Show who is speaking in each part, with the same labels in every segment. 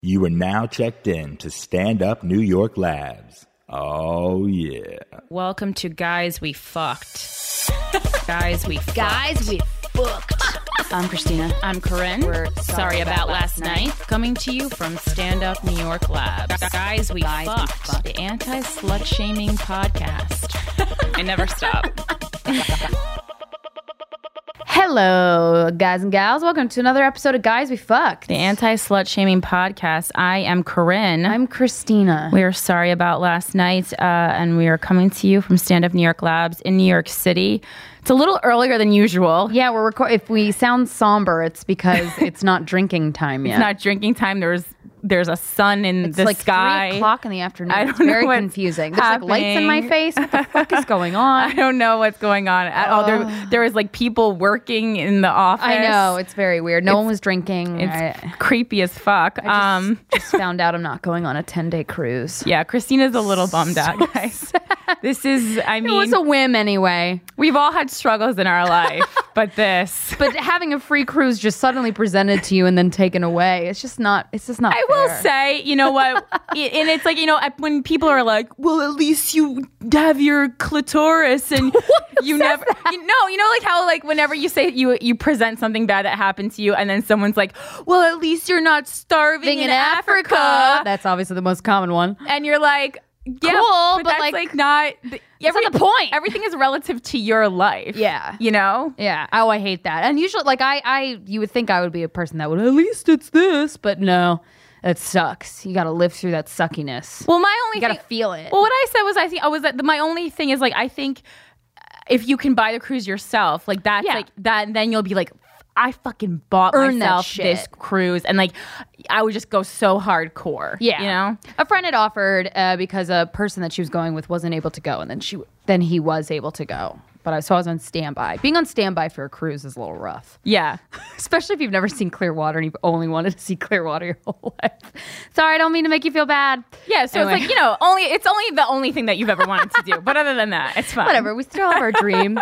Speaker 1: You are now checked in to Stand Up New York Labs. Oh, yeah.
Speaker 2: Welcome to Guys We Fucked. Guys We Fucked.
Speaker 3: Guys, we booked. I'm Christina.
Speaker 2: I'm Corinne.
Speaker 3: We're
Speaker 2: sorry, about, last night. Coming to you from Stand Up New York Labs. Guys We
Speaker 3: Guys We
Speaker 2: fucked.
Speaker 3: Fucked.
Speaker 2: The anti slut shaming podcast. I never stop.
Speaker 3: Hello, guys and gals. Welcome to another episode of Guys We Fucked.
Speaker 2: The anti slut shaming podcast. I am Corinne.
Speaker 3: I'm Christina.
Speaker 2: we are sorry about last night, uh, and we are coming to you from Stand Up New York Labs in New York City. It's a little earlier than usual.
Speaker 3: yeah, we're record. If we sound somber, it's because it's not drinking time yet.
Speaker 2: It's not drinking time. There's there's a sun in
Speaker 3: It's
Speaker 2: the
Speaker 3: like
Speaker 2: sky.
Speaker 3: three o'clock in the afternoon.
Speaker 2: I
Speaker 3: it's
Speaker 2: don't know
Speaker 3: very
Speaker 2: what's
Speaker 3: confusing. There's like lights in my
Speaker 2: happening.
Speaker 3: face. What the fuck is going
Speaker 2: I
Speaker 3: on?
Speaker 2: don't know what's going on at all. There, there was like people working in the office.
Speaker 3: Oh. I know it's very weird. No one was drinking.
Speaker 2: It's
Speaker 3: I
Speaker 2: creepy as fuck. um,
Speaker 3: just found out I'm not going on a ten day cruise.
Speaker 2: yeah, Christina's a little bummed out, guys. This is, I
Speaker 3: It was
Speaker 2: mean,
Speaker 3: a whim anyway.
Speaker 2: we've all had struggles in our life, but this.
Speaker 3: but having a free cruise just suddenly presented to you and then taken away it's just not it's just not
Speaker 2: I will
Speaker 3: fair.
Speaker 2: say, you know what? it, and it's like, you know, I- when people are like, well, at least you have your clitoris and you never, you know, you know, like how, like, whenever you say you you present something bad that happened to you, and then someone's like, well, at least you're not starving
Speaker 3: Being
Speaker 2: in, Africa.
Speaker 3: that's obviously the most common one
Speaker 2: And you're like, yeah,
Speaker 3: Cool, but,
Speaker 2: that's
Speaker 3: like,
Speaker 2: not, th- every,
Speaker 3: not the point.
Speaker 2: Everything is relative to your life.
Speaker 3: Yeah.
Speaker 2: You know?
Speaker 3: yeah oh i hate that and usually like i i you would think i would be a person that would at least it's this but no it sucks you gotta live through that suckiness
Speaker 2: Well, my only
Speaker 3: you gotta Oh,
Speaker 2: thing-
Speaker 3: feel it
Speaker 2: Well, what I said was, I think I was that the, my only thing is like I think uh, if you can buy the cruise yourself, like that's
Speaker 3: Yeah.
Speaker 2: like that, then you'll be like, I fucking bought
Speaker 3: Earn that
Speaker 2: myself
Speaker 3: shit.
Speaker 2: this cruise, and like I would just go so hardcore.
Speaker 3: yeah
Speaker 2: you know.
Speaker 3: a friend had offered uh, because a person that she was going with wasn't able to go and then she then he was able to go but I, so I was on standby. Being on standby for a cruise is a little rough.
Speaker 2: Yeah,
Speaker 3: especially if you've never seen Clearwater and you've only wanted to see Clearwater your whole life. Sorry, I don't mean to make you feel bad.
Speaker 2: yeah. So
Speaker 3: Anyway.
Speaker 2: it's like you know, only it's only the only thing that you've ever wanted to do. But other than that, it's fine.
Speaker 3: Whatever, we still have our dream.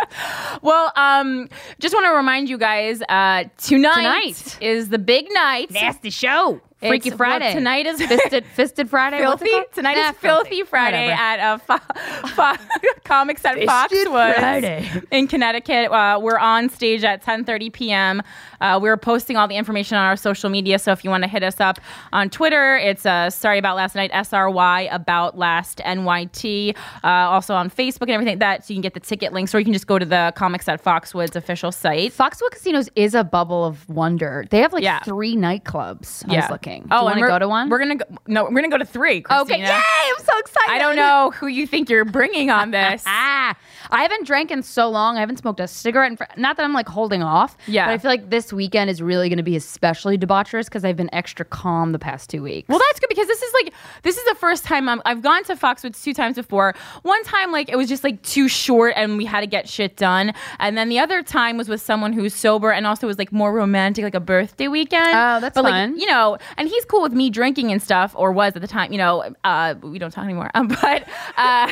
Speaker 2: Well, um, just want to remind you guys, uh, tonight,
Speaker 3: Tonight.
Speaker 2: is the big night.
Speaker 3: Nasty show.
Speaker 2: It's-
Speaker 3: Freaky
Speaker 2: well,
Speaker 3: Friday.
Speaker 2: tonight is
Speaker 3: Fisted, Fisted Friday. What's it
Speaker 2: Filthy
Speaker 3: called?
Speaker 2: tonight
Speaker 3: Nah,
Speaker 2: is Filthy Friday
Speaker 3: Whatever.
Speaker 2: at uh, Fo- Fo- Comics at Foxwoods
Speaker 3: Friday.
Speaker 2: in Connecticut. Uh, we're on stage at 10:30 p.m. Uh, we're posting all the information on our social media, so if you want to hit us up on Twitter, it's uh, Sorry About Last Night S R Y About Last N Y T. Uh, also on Facebook and everything like that, so you can get the ticket links, or you can just go to the Comics at Foxwoods official site.
Speaker 3: Foxwood Casinos is a bubble of wonder. They have like
Speaker 2: Yeah. Oh,
Speaker 3: three nightclubs. I was looking. Do you
Speaker 2: and
Speaker 3: want to
Speaker 2: we're-
Speaker 3: go to one?
Speaker 2: We're gonna go. No, we're gonna go to three.
Speaker 3: okay. Yay!
Speaker 2: Christina.
Speaker 3: I'm so excited.
Speaker 2: I don't know who you think you're bringing on this.
Speaker 3: Ah, I haven't drank in so long. I haven't smoked a cigarette. In fr- Not that I'm like holding off.
Speaker 2: Yeah.
Speaker 3: But I feel like this weekend is really going to be especially debaucherous because I've been extra calm the past two weeks.
Speaker 2: Well, that's good because this is like this is the first time i I've gone to Foxwoods two times before. One time, like it was just like too short, and we had to get shit done. And then the other time was with someone who's sober and also was like more romantic, like a birthday weekend.
Speaker 3: Oh, that's
Speaker 2: but,
Speaker 3: fun.
Speaker 2: Like, you know, and he's cool with me drinking and stuff, or was at the time. You know, uh, we don't talk anymore. Um, but uh,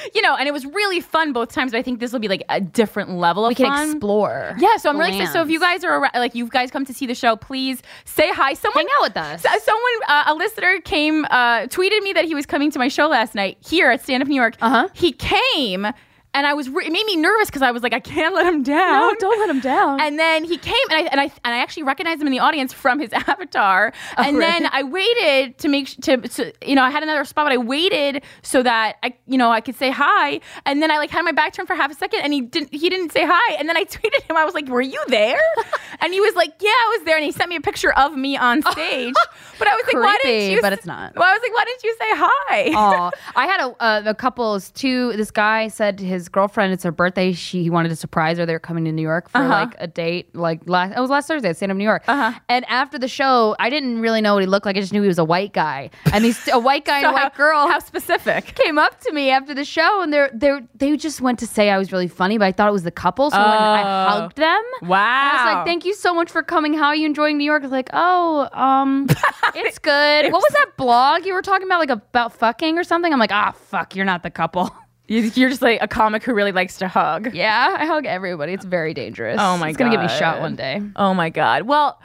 Speaker 2: you know, and it was really fun both times. But I think this will be like a different level of
Speaker 3: we can
Speaker 2: fun.
Speaker 3: explore.
Speaker 2: Yeah, so I'm really excited. So if you
Speaker 3: lands.
Speaker 2: guys are around, like you guys come to see the show, please say hi. Someone
Speaker 3: Hang out with us.
Speaker 2: S- Someone, uh, a listener came, uh, tweeted me that he was coming to my show last night here at Stand Up New York.
Speaker 3: Uh-huh.
Speaker 2: He came, and I was re- it made me nervous because I was like, I can't let him down.
Speaker 3: don't let him down.
Speaker 2: And then he came, and I and I and I actually recognized him in the audience from his avatar. and
Speaker 3: Oh, really?
Speaker 2: then I waited to make sh- to, so you know I had another spot, but I waited so that I you know I could say hi. And then I like had my back turned for half a second, and he didn't he didn't say hi. And then I tweeted him. I was like, "Were you there?" and he was like, "Yeah, I was there." And he sent me a picture of me on stage. but I was like, "Why didn't
Speaker 3: Creepy,
Speaker 2: you?"
Speaker 3: but
Speaker 2: s-
Speaker 3: it's not.
Speaker 2: Well, I was like, "Why didn't you say hi?"
Speaker 3: Aw. I had a, uh, a couple, is two. This guy said his girlfriend, it's her birthday. She he wanted to surprise her. They were coming to New York for like a date. Like last, it was last Thursday at Stand Up New York. Uh-huh. And after the show, I didn't really know what he looked like. I just knew he was a white guy. And these a white guy
Speaker 2: So
Speaker 3: and a
Speaker 2: how-
Speaker 3: white girl
Speaker 2: how specific?
Speaker 3: came up to me after the show, and they they they just went to say I was really funny, but I thought it was the couple. So when I
Speaker 2: Oh.
Speaker 3: hugged them, I was
Speaker 2: Wow.
Speaker 3: like, "Thank you so much for coming. How are you enjoying New York?" I was like, "Oh, um, it's good." What was that blog you were talking about, like about fucking or something? I'm like, "Ah, fuck, you're not the couple."
Speaker 2: You- You're just like a comic who really likes to hug.
Speaker 3: yeah, I hug everybody. It's very dangerous.
Speaker 2: Oh my
Speaker 3: it's gonna get me
Speaker 2: God.
Speaker 3: shot one day.
Speaker 2: Oh my God. Well,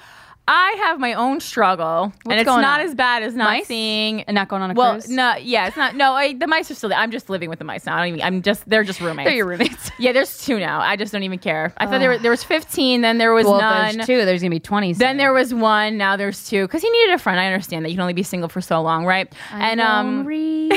Speaker 2: I have my own struggle, and
Speaker 3: What's
Speaker 2: it's
Speaker 3: going
Speaker 2: not
Speaker 3: on?
Speaker 2: as bad as not
Speaker 3: Mice?
Speaker 2: seeing
Speaker 3: And not going on a
Speaker 2: well,
Speaker 3: cruise?
Speaker 2: no, yeah, it's not. No, I, the mice are still there. I'm just living with the mice now. I don't even, I'm just they're just roommates.
Speaker 3: They're your roommates.
Speaker 2: Yeah, there's two now. I just don't even care. I thought there were, there was 15, then there was
Speaker 3: Well, if
Speaker 2: none.
Speaker 3: there's two. There's gonna be twenty.
Speaker 2: Then there was one. Now there's two. Because he needed a friend. I understand that you can only be single for so long, right? and um,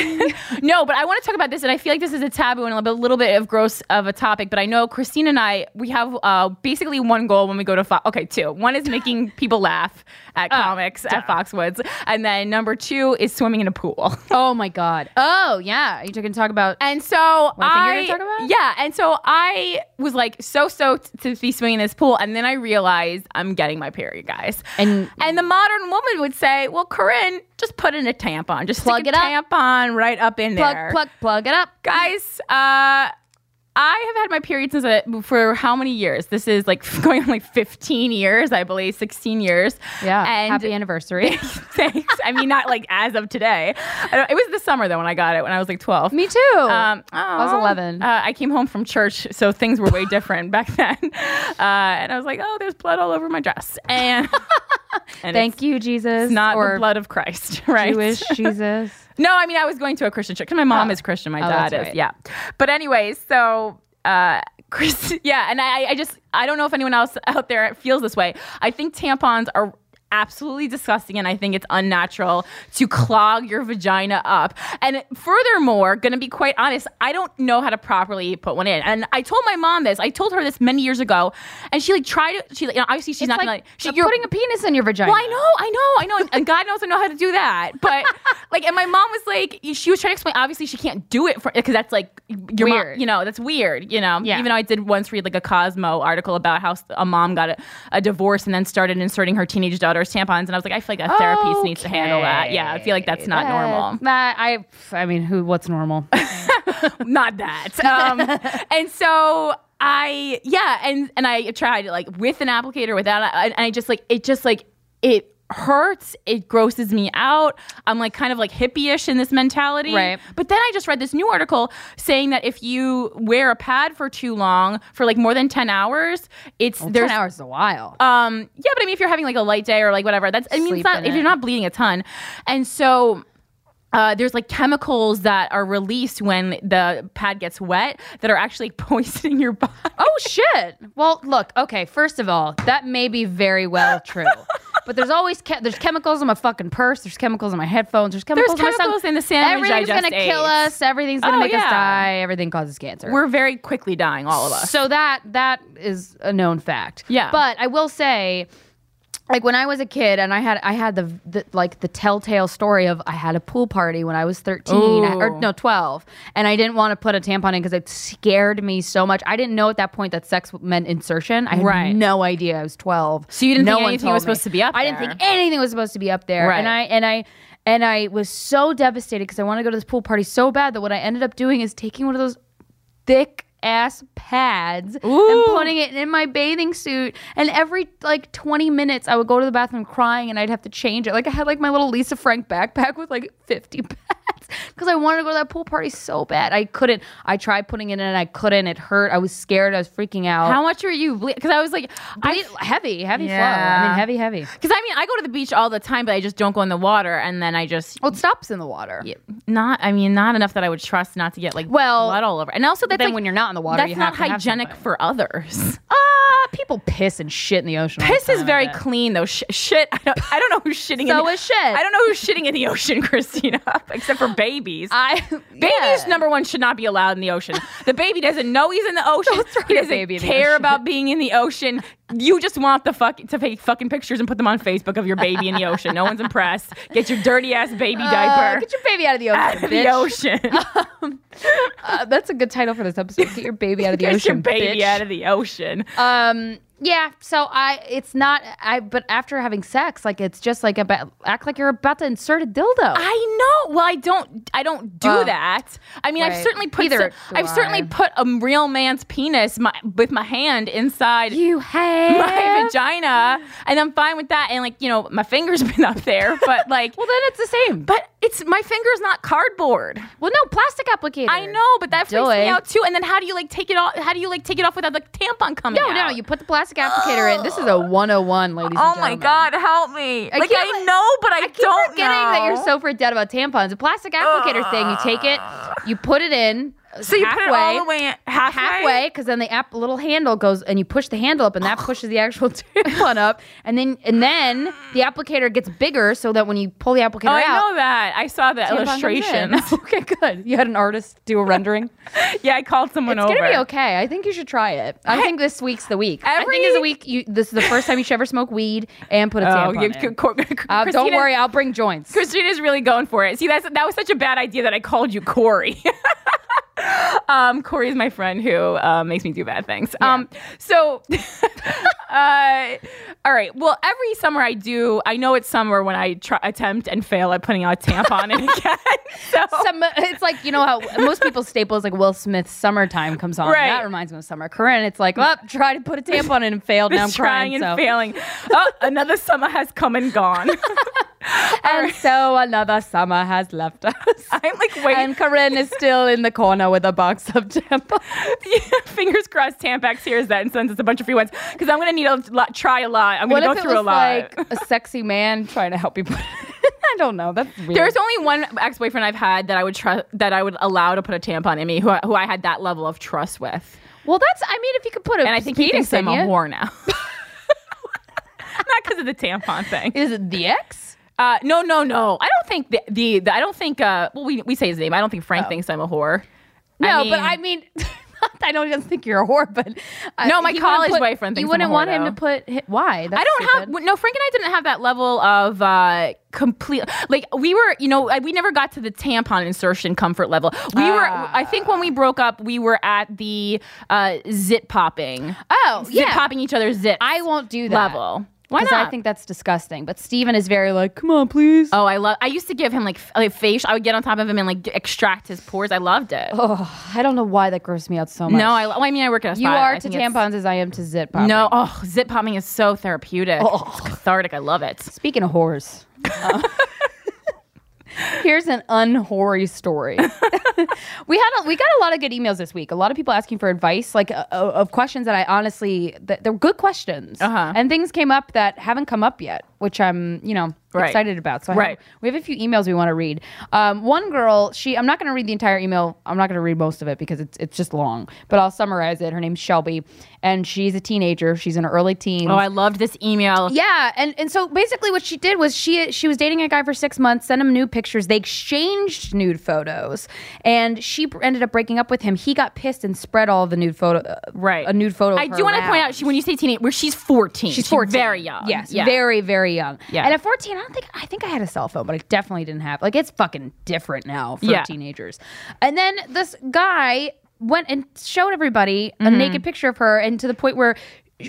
Speaker 2: no, but I want to talk about this, and I feel like this is a taboo and a little bit, little bit of gross of a topic. But I know Christine and I we have uh, basically one goal when we go to Fox. Okay, two. One is making people laugh at
Speaker 3: Uh,
Speaker 2: comics at Foxwoods, and then number two is swimming in a pool.
Speaker 3: oh my god. Oh yeah. You gonna talk about?
Speaker 2: And so
Speaker 3: One thing
Speaker 2: I,
Speaker 3: you're gonna talk about?
Speaker 2: yeah, and so I was like so stoked to be swimming in this pool, and then I realized I'm getting my period, guys.
Speaker 3: And-
Speaker 2: and the modern woman would say, "Well, Corinne, just put in a tampon, just
Speaker 3: Plug
Speaker 2: stick
Speaker 3: it
Speaker 2: a
Speaker 3: up.
Speaker 2: tampon right up in
Speaker 3: Plug,
Speaker 2: there,
Speaker 3: plug, plug it up.
Speaker 2: guys." Uh, I have had my period since I, for how many years? This is like going on like 15 years, I believe, 16 years.
Speaker 3: Yeah.
Speaker 2: and
Speaker 3: happy anniversary.
Speaker 2: thanks. I mean, not like as of today. I don't, it was the summer though when I got it when I was like 12.
Speaker 3: Me too.
Speaker 2: Um, I
Speaker 3: was 11.
Speaker 2: Uh, I came home from church, so things were way different back then. Uh, and I was like, oh, there's blood all over my dress. And, and
Speaker 3: Thank
Speaker 2: it's
Speaker 3: you, Jesus.
Speaker 2: Not
Speaker 3: or
Speaker 2: the blood of Christ, right?
Speaker 3: Jewish Jesus.
Speaker 2: No, I mean, I was going to a Christian church because my mom
Speaker 3: Oh.
Speaker 2: is Christian, my
Speaker 3: Oh,
Speaker 2: dad
Speaker 3: that's
Speaker 2: is.
Speaker 3: right.
Speaker 2: Yeah. But anyway, so. Uh, Chris, yeah, and I, I just I don't know if anyone else out there feels this way. I think tampons are absolutely disgusting, and I think it's unnatural to clog your vagina up. And furthermore, gonna be quite honest, I don't know how to properly put one in. And I told my mom this. I told her this many years ago, and she like tried to. She like, you know, obviously she's
Speaker 3: It's
Speaker 2: not
Speaker 3: like,
Speaker 2: gonna like she,
Speaker 3: you're putting a penis in your vagina.
Speaker 2: well, I know, I know, I know, and- and God knows I know how to do that. But like, and my mom was like, she was trying to explain. Obviously, she can't do it for because that's like your mom-
Speaker 3: Weird.
Speaker 2: you know, that's weird. You know,
Speaker 3: Yeah.
Speaker 2: even though I did once read like a Cosmo article about how a mom got a, a divorce and then started inserting her teenage daughter's tampons, and I was like, I feel like a therapist needs to handle that. Yeah, I feel like that's not
Speaker 3: Okay.
Speaker 2: normal.
Speaker 3: That- I, I mean, who? What's normal?
Speaker 2: not that. Um, and so I, yeah, and and I tried like with an applicator, without, and I just like it, just like it hurts. It grosses me out. I'm like kind of like hippie-ish in this mentality,
Speaker 3: Right.
Speaker 2: But then I just read this new article saying that if you wear a pad for too long, for like more than ten hours, it's
Speaker 3: Oh, Ten
Speaker 2: there's
Speaker 3: hours is a while.
Speaker 2: um yeah but i mean if you're having like a light day or like whatever that's i mean it's
Speaker 3: Sleep
Speaker 2: not
Speaker 3: in
Speaker 2: if
Speaker 3: it.
Speaker 2: you're not bleeding a ton and so uh, there's like chemicals that are released when the pad gets wet that are actually poisoning your body.
Speaker 3: oh shit. Well, look. Okay. First of all, that may be very well true. But there's always che- there's chemicals in my fucking purse. There's chemicals in my headphones. There's chemicals. in, my
Speaker 2: chemicals
Speaker 3: sung-
Speaker 2: in the sandwich I
Speaker 3: Everything's gonna
Speaker 2: just
Speaker 3: kill
Speaker 2: ate.
Speaker 3: us. Everything's gonna
Speaker 2: Oh,
Speaker 3: make
Speaker 2: yeah.
Speaker 3: us die. Everything causes cancer.
Speaker 2: We're very quickly dying, all of us.
Speaker 3: So that that is a known fact.
Speaker 2: Yeah.
Speaker 3: But I will say, like when I was a kid, and I had I had the, the like the telltale story of I had a pool party when I was thirteen I-
Speaker 2: Ooh.
Speaker 3: or no twelve, and I didn't want to put a tampon in because it scared me so much. I didn't know at that point that sex meant insertion. I had
Speaker 2: Right.
Speaker 3: no idea. I was twelve.
Speaker 2: So you didn't
Speaker 3: no
Speaker 2: think
Speaker 3: one
Speaker 2: anything
Speaker 3: told
Speaker 2: was
Speaker 3: me.
Speaker 2: supposed to be up
Speaker 3: I didn't
Speaker 2: there.
Speaker 3: think anything was supposed to be up there.
Speaker 2: Right.
Speaker 3: And I and I and I was so devastated because I want to go to this pool party so bad that what I ended up doing is taking one of those thick ass pads
Speaker 2: Ooh.
Speaker 3: and putting it in my bathing suit and every like 20 minutes I would go to the bathroom crying and I'd have to change it like I had like my little Lisa Frank backpack with like 50 pads because I wanted to go to that pool party so bad I couldn't I tried putting it in and I couldn't it hurt I was scared I was freaking out
Speaker 2: How much are you? Because I was like, I
Speaker 3: Bleed- heavy heavy flow I
Speaker 2: Yeah.
Speaker 3: mean heavy heavy
Speaker 2: because I mean I go to the beach all the time, but I just don't go in the water, and then I just
Speaker 3: well it stops in the water
Speaker 2: not. I mean, not enough that I would trust not to get like
Speaker 3: Well,
Speaker 2: blood all over. And also that's
Speaker 3: then
Speaker 2: like,
Speaker 3: when you're not in the water,
Speaker 2: that's
Speaker 3: you
Speaker 2: not
Speaker 3: have to have
Speaker 2: hygienic
Speaker 3: something.
Speaker 2: for others.
Speaker 3: ah people piss and shit in the ocean all the
Speaker 2: Piss
Speaker 3: time,
Speaker 2: is
Speaker 3: I
Speaker 2: very
Speaker 3: bet.
Speaker 2: clean though. Sh- shit, I don't, I don't know who's shitting. in
Speaker 3: So
Speaker 2: the,
Speaker 3: is shit.
Speaker 2: I don't know who's shitting in the ocean, Christina, except for babies.
Speaker 3: I
Speaker 2: Babies
Speaker 3: yeah.
Speaker 2: number one should not be allowed in the ocean. The baby doesn't know he's in the ocean.
Speaker 3: throw
Speaker 2: he
Speaker 3: your
Speaker 2: doesn't
Speaker 3: baby in the
Speaker 2: care
Speaker 3: ocean.
Speaker 2: about being in the ocean. You just want the fuck to take fucking pictures and put them on Facebook of your baby in the ocean. No one's impressed. Get your dirty ass baby
Speaker 3: Uh,
Speaker 2: diaper
Speaker 3: get your baby out of the ocean,
Speaker 2: out of
Speaker 3: bitch.
Speaker 2: the ocean.
Speaker 3: Uh, that's a good title for this episode. Get your baby out of the
Speaker 2: Get
Speaker 3: ocean,
Speaker 2: your baby
Speaker 3: bitch.
Speaker 2: out of the ocean.
Speaker 3: um, yeah. So I, it's not. I, but after having sex, like it's just like about act like you're about to insert a dildo.
Speaker 2: I know. Well, I don't. I don't do
Speaker 3: Oh.
Speaker 2: that. I mean, I've
Speaker 3: Right.
Speaker 2: certainly put.
Speaker 3: Neither
Speaker 2: some-
Speaker 3: do
Speaker 2: I've certainly
Speaker 3: I.
Speaker 2: put a real man's penis my, with my hand inside
Speaker 3: you have.
Speaker 2: my vagina, and I'm fine with that. And like you know, my fingers been up there, but like,
Speaker 3: well, then it's the same.
Speaker 2: but it's my finger's not cardboard.
Speaker 3: well, no plastic applicator.
Speaker 2: I know, but that freaks me
Speaker 3: Doy.
Speaker 2: out too. And then how do you like take it off? How do you like take it off without the tampon coming?
Speaker 3: No, no.
Speaker 2: out?
Speaker 3: You put the plastic plastic applicator in. This is a 101, ladies and
Speaker 2: Oh
Speaker 3: gentlemen.
Speaker 2: my God, help me! like
Speaker 3: can't
Speaker 2: I
Speaker 3: let-
Speaker 2: know, but I,
Speaker 3: I keep
Speaker 2: don't
Speaker 3: forgetting
Speaker 2: know.
Speaker 3: that you're so freaked out about tampons. A plastic applicator thing. You take it, you put it in.
Speaker 2: So you
Speaker 3: halfway,
Speaker 2: put it all the way in, halfway.
Speaker 3: halfway because then the app little handle goes and you push the handle up and
Speaker 2: Oh.
Speaker 3: that pushes the actual tampon up and then and then the applicator gets bigger so that when you pull the applicator
Speaker 2: Oh, I
Speaker 3: out
Speaker 2: know that. I saw the
Speaker 3: tampon comes in.
Speaker 2: illustration.
Speaker 3: okay good you had an artist do a rendering
Speaker 2: yeah, I called someone
Speaker 3: it's
Speaker 2: over.
Speaker 3: gonna be okay i think you should try it i think this week's the week i think is the
Speaker 2: Every-
Speaker 3: week you this is the first time you should ever smoke weed and put a
Speaker 2: Oh,
Speaker 3: tampon
Speaker 2: you,
Speaker 3: in.
Speaker 2: Cor- Cor-
Speaker 3: Uh, don't
Speaker 2: Christina-
Speaker 3: worry i'll bring joints
Speaker 2: Christina's really going for it. See, that's that was such a bad idea that I called you Corey. um, Corey's my friend who uh, makes me do bad things. Um, so, uh, all right. Well, every summer I do. I know it's summer when I try, attempt and fail at putting out a tampon in again. So,
Speaker 3: Some, it's like you know how most people's staple is like Will Smith's "Summertime" comes on.
Speaker 2: Right.
Speaker 3: That reminds me of summer. Corinne, it's like, well, try to put a tampon in and failed. Now I'm
Speaker 2: trying
Speaker 3: crying.
Speaker 2: and
Speaker 3: so.
Speaker 2: failing. Oh, another summer has come and gone.
Speaker 3: And so another summer has left us.
Speaker 2: I'm like, wait,
Speaker 3: And Corinne is still in the corner with a box of tampons.
Speaker 2: fingers crossed Tampax hears that and sends us a bunch of free ones because I'm gonna need a lot, try a lot. I'm
Speaker 3: What
Speaker 2: gonna
Speaker 3: if
Speaker 2: go
Speaker 3: it
Speaker 2: through
Speaker 3: was
Speaker 2: a lot.
Speaker 3: like a sexy man trying to help you? put- I don't know. That's weird.
Speaker 2: There's only one ex-boyfriend I've had that I would trust, that I would allow to put a tampon in me, who, I- who I had that level of trust with,
Speaker 3: well, that's. I mean, if you could put a
Speaker 2: and I think he
Speaker 3: penis
Speaker 2: thinks I'm
Speaker 3: in
Speaker 2: a
Speaker 3: you.
Speaker 2: whore now. Not because of the tampon thing.
Speaker 3: Is it the ex?
Speaker 2: Uh, no, no, no. I don't think the, the, the- I don't think. Uh, well, we, we say his name. I don't think Frank thinks I'm a whore.
Speaker 3: No,
Speaker 2: mean-
Speaker 3: but I mean, I don't just think you're a whore, but uh,
Speaker 2: No, my
Speaker 3: he wouldn't
Speaker 2: college
Speaker 3: put-
Speaker 2: boyfriend
Speaker 3: You
Speaker 2: thinks I'm a
Speaker 3: wouldn't
Speaker 2: whore,
Speaker 3: want him
Speaker 2: though.
Speaker 3: to put hi- why? That's
Speaker 2: I don't have
Speaker 3: stupid.
Speaker 2: no. Frank and I didn't have that level of uh, complete. Like we were, you know, I- we never got to the tampon insertion comfort level. We were. I think when we broke up, we were at the uh, zit popping.
Speaker 3: Oh,
Speaker 2: zit
Speaker 3: yeah.
Speaker 2: popping each other's zits.
Speaker 3: I won't do that.
Speaker 2: level. Why
Speaker 3: Because
Speaker 2: not?
Speaker 3: I think that's disgusting. But Steven is very like, come on, please.
Speaker 2: Oh, I love. I used to give him like, f- like facial. I would get on top of him and like d- extract his pores. I loved it.
Speaker 3: I don't know why that grossed me out so much.
Speaker 2: no, I. Well, I mean, I work at a
Speaker 3: You
Speaker 2: spa.
Speaker 3: are
Speaker 2: I
Speaker 3: to
Speaker 2: think it's-
Speaker 3: tampons as I am to zit pop.
Speaker 2: No, oh, zit popping is so therapeutic. It's cathartic. I love it.
Speaker 3: Speaking of whores, uh, here's an unhoary story. we had a, we got a lot of good emails this week. A lot of people asking for advice, like uh, of questions that I honestly that they're good questions,
Speaker 2: Uh-huh.
Speaker 3: and things came up that haven't come up yet, which I'm you know
Speaker 2: Right.
Speaker 3: excited about. So I have-
Speaker 2: Right.
Speaker 3: we have a few emails we want to read. Um, one girl, she I'm not going to read the entire email. I'm not going to read most of it because it's it's just long, but I'll summarize it. Her name's Shelby, and she's a teenager. She's in her early teens.
Speaker 2: Oh, I loved this email.
Speaker 3: Yeah, and and so basically, what she did was she she was dating a guy for six months, sent him nude pictures. They exchanged nude photos, and she b- ended up breaking up with him. He got pissed and spread all the nude photo, uh,
Speaker 2: Right.
Speaker 3: A nude photo. of
Speaker 2: I
Speaker 3: her
Speaker 2: do want to point
Speaker 3: around.
Speaker 2: out she when you say teenage, where she's 14.
Speaker 3: She's 14.
Speaker 2: very young.
Speaker 3: Yes,
Speaker 2: Yeah.
Speaker 3: very, very young.
Speaker 2: Yeah.
Speaker 3: And at 14, I don't think I think I had a cell phone, but I definitely didn't have. Like it's fucking different now for
Speaker 2: Yeah.
Speaker 3: teenagers. And then this guy went and showed everybody
Speaker 2: Mm-hmm.
Speaker 3: a naked picture of her and to the point where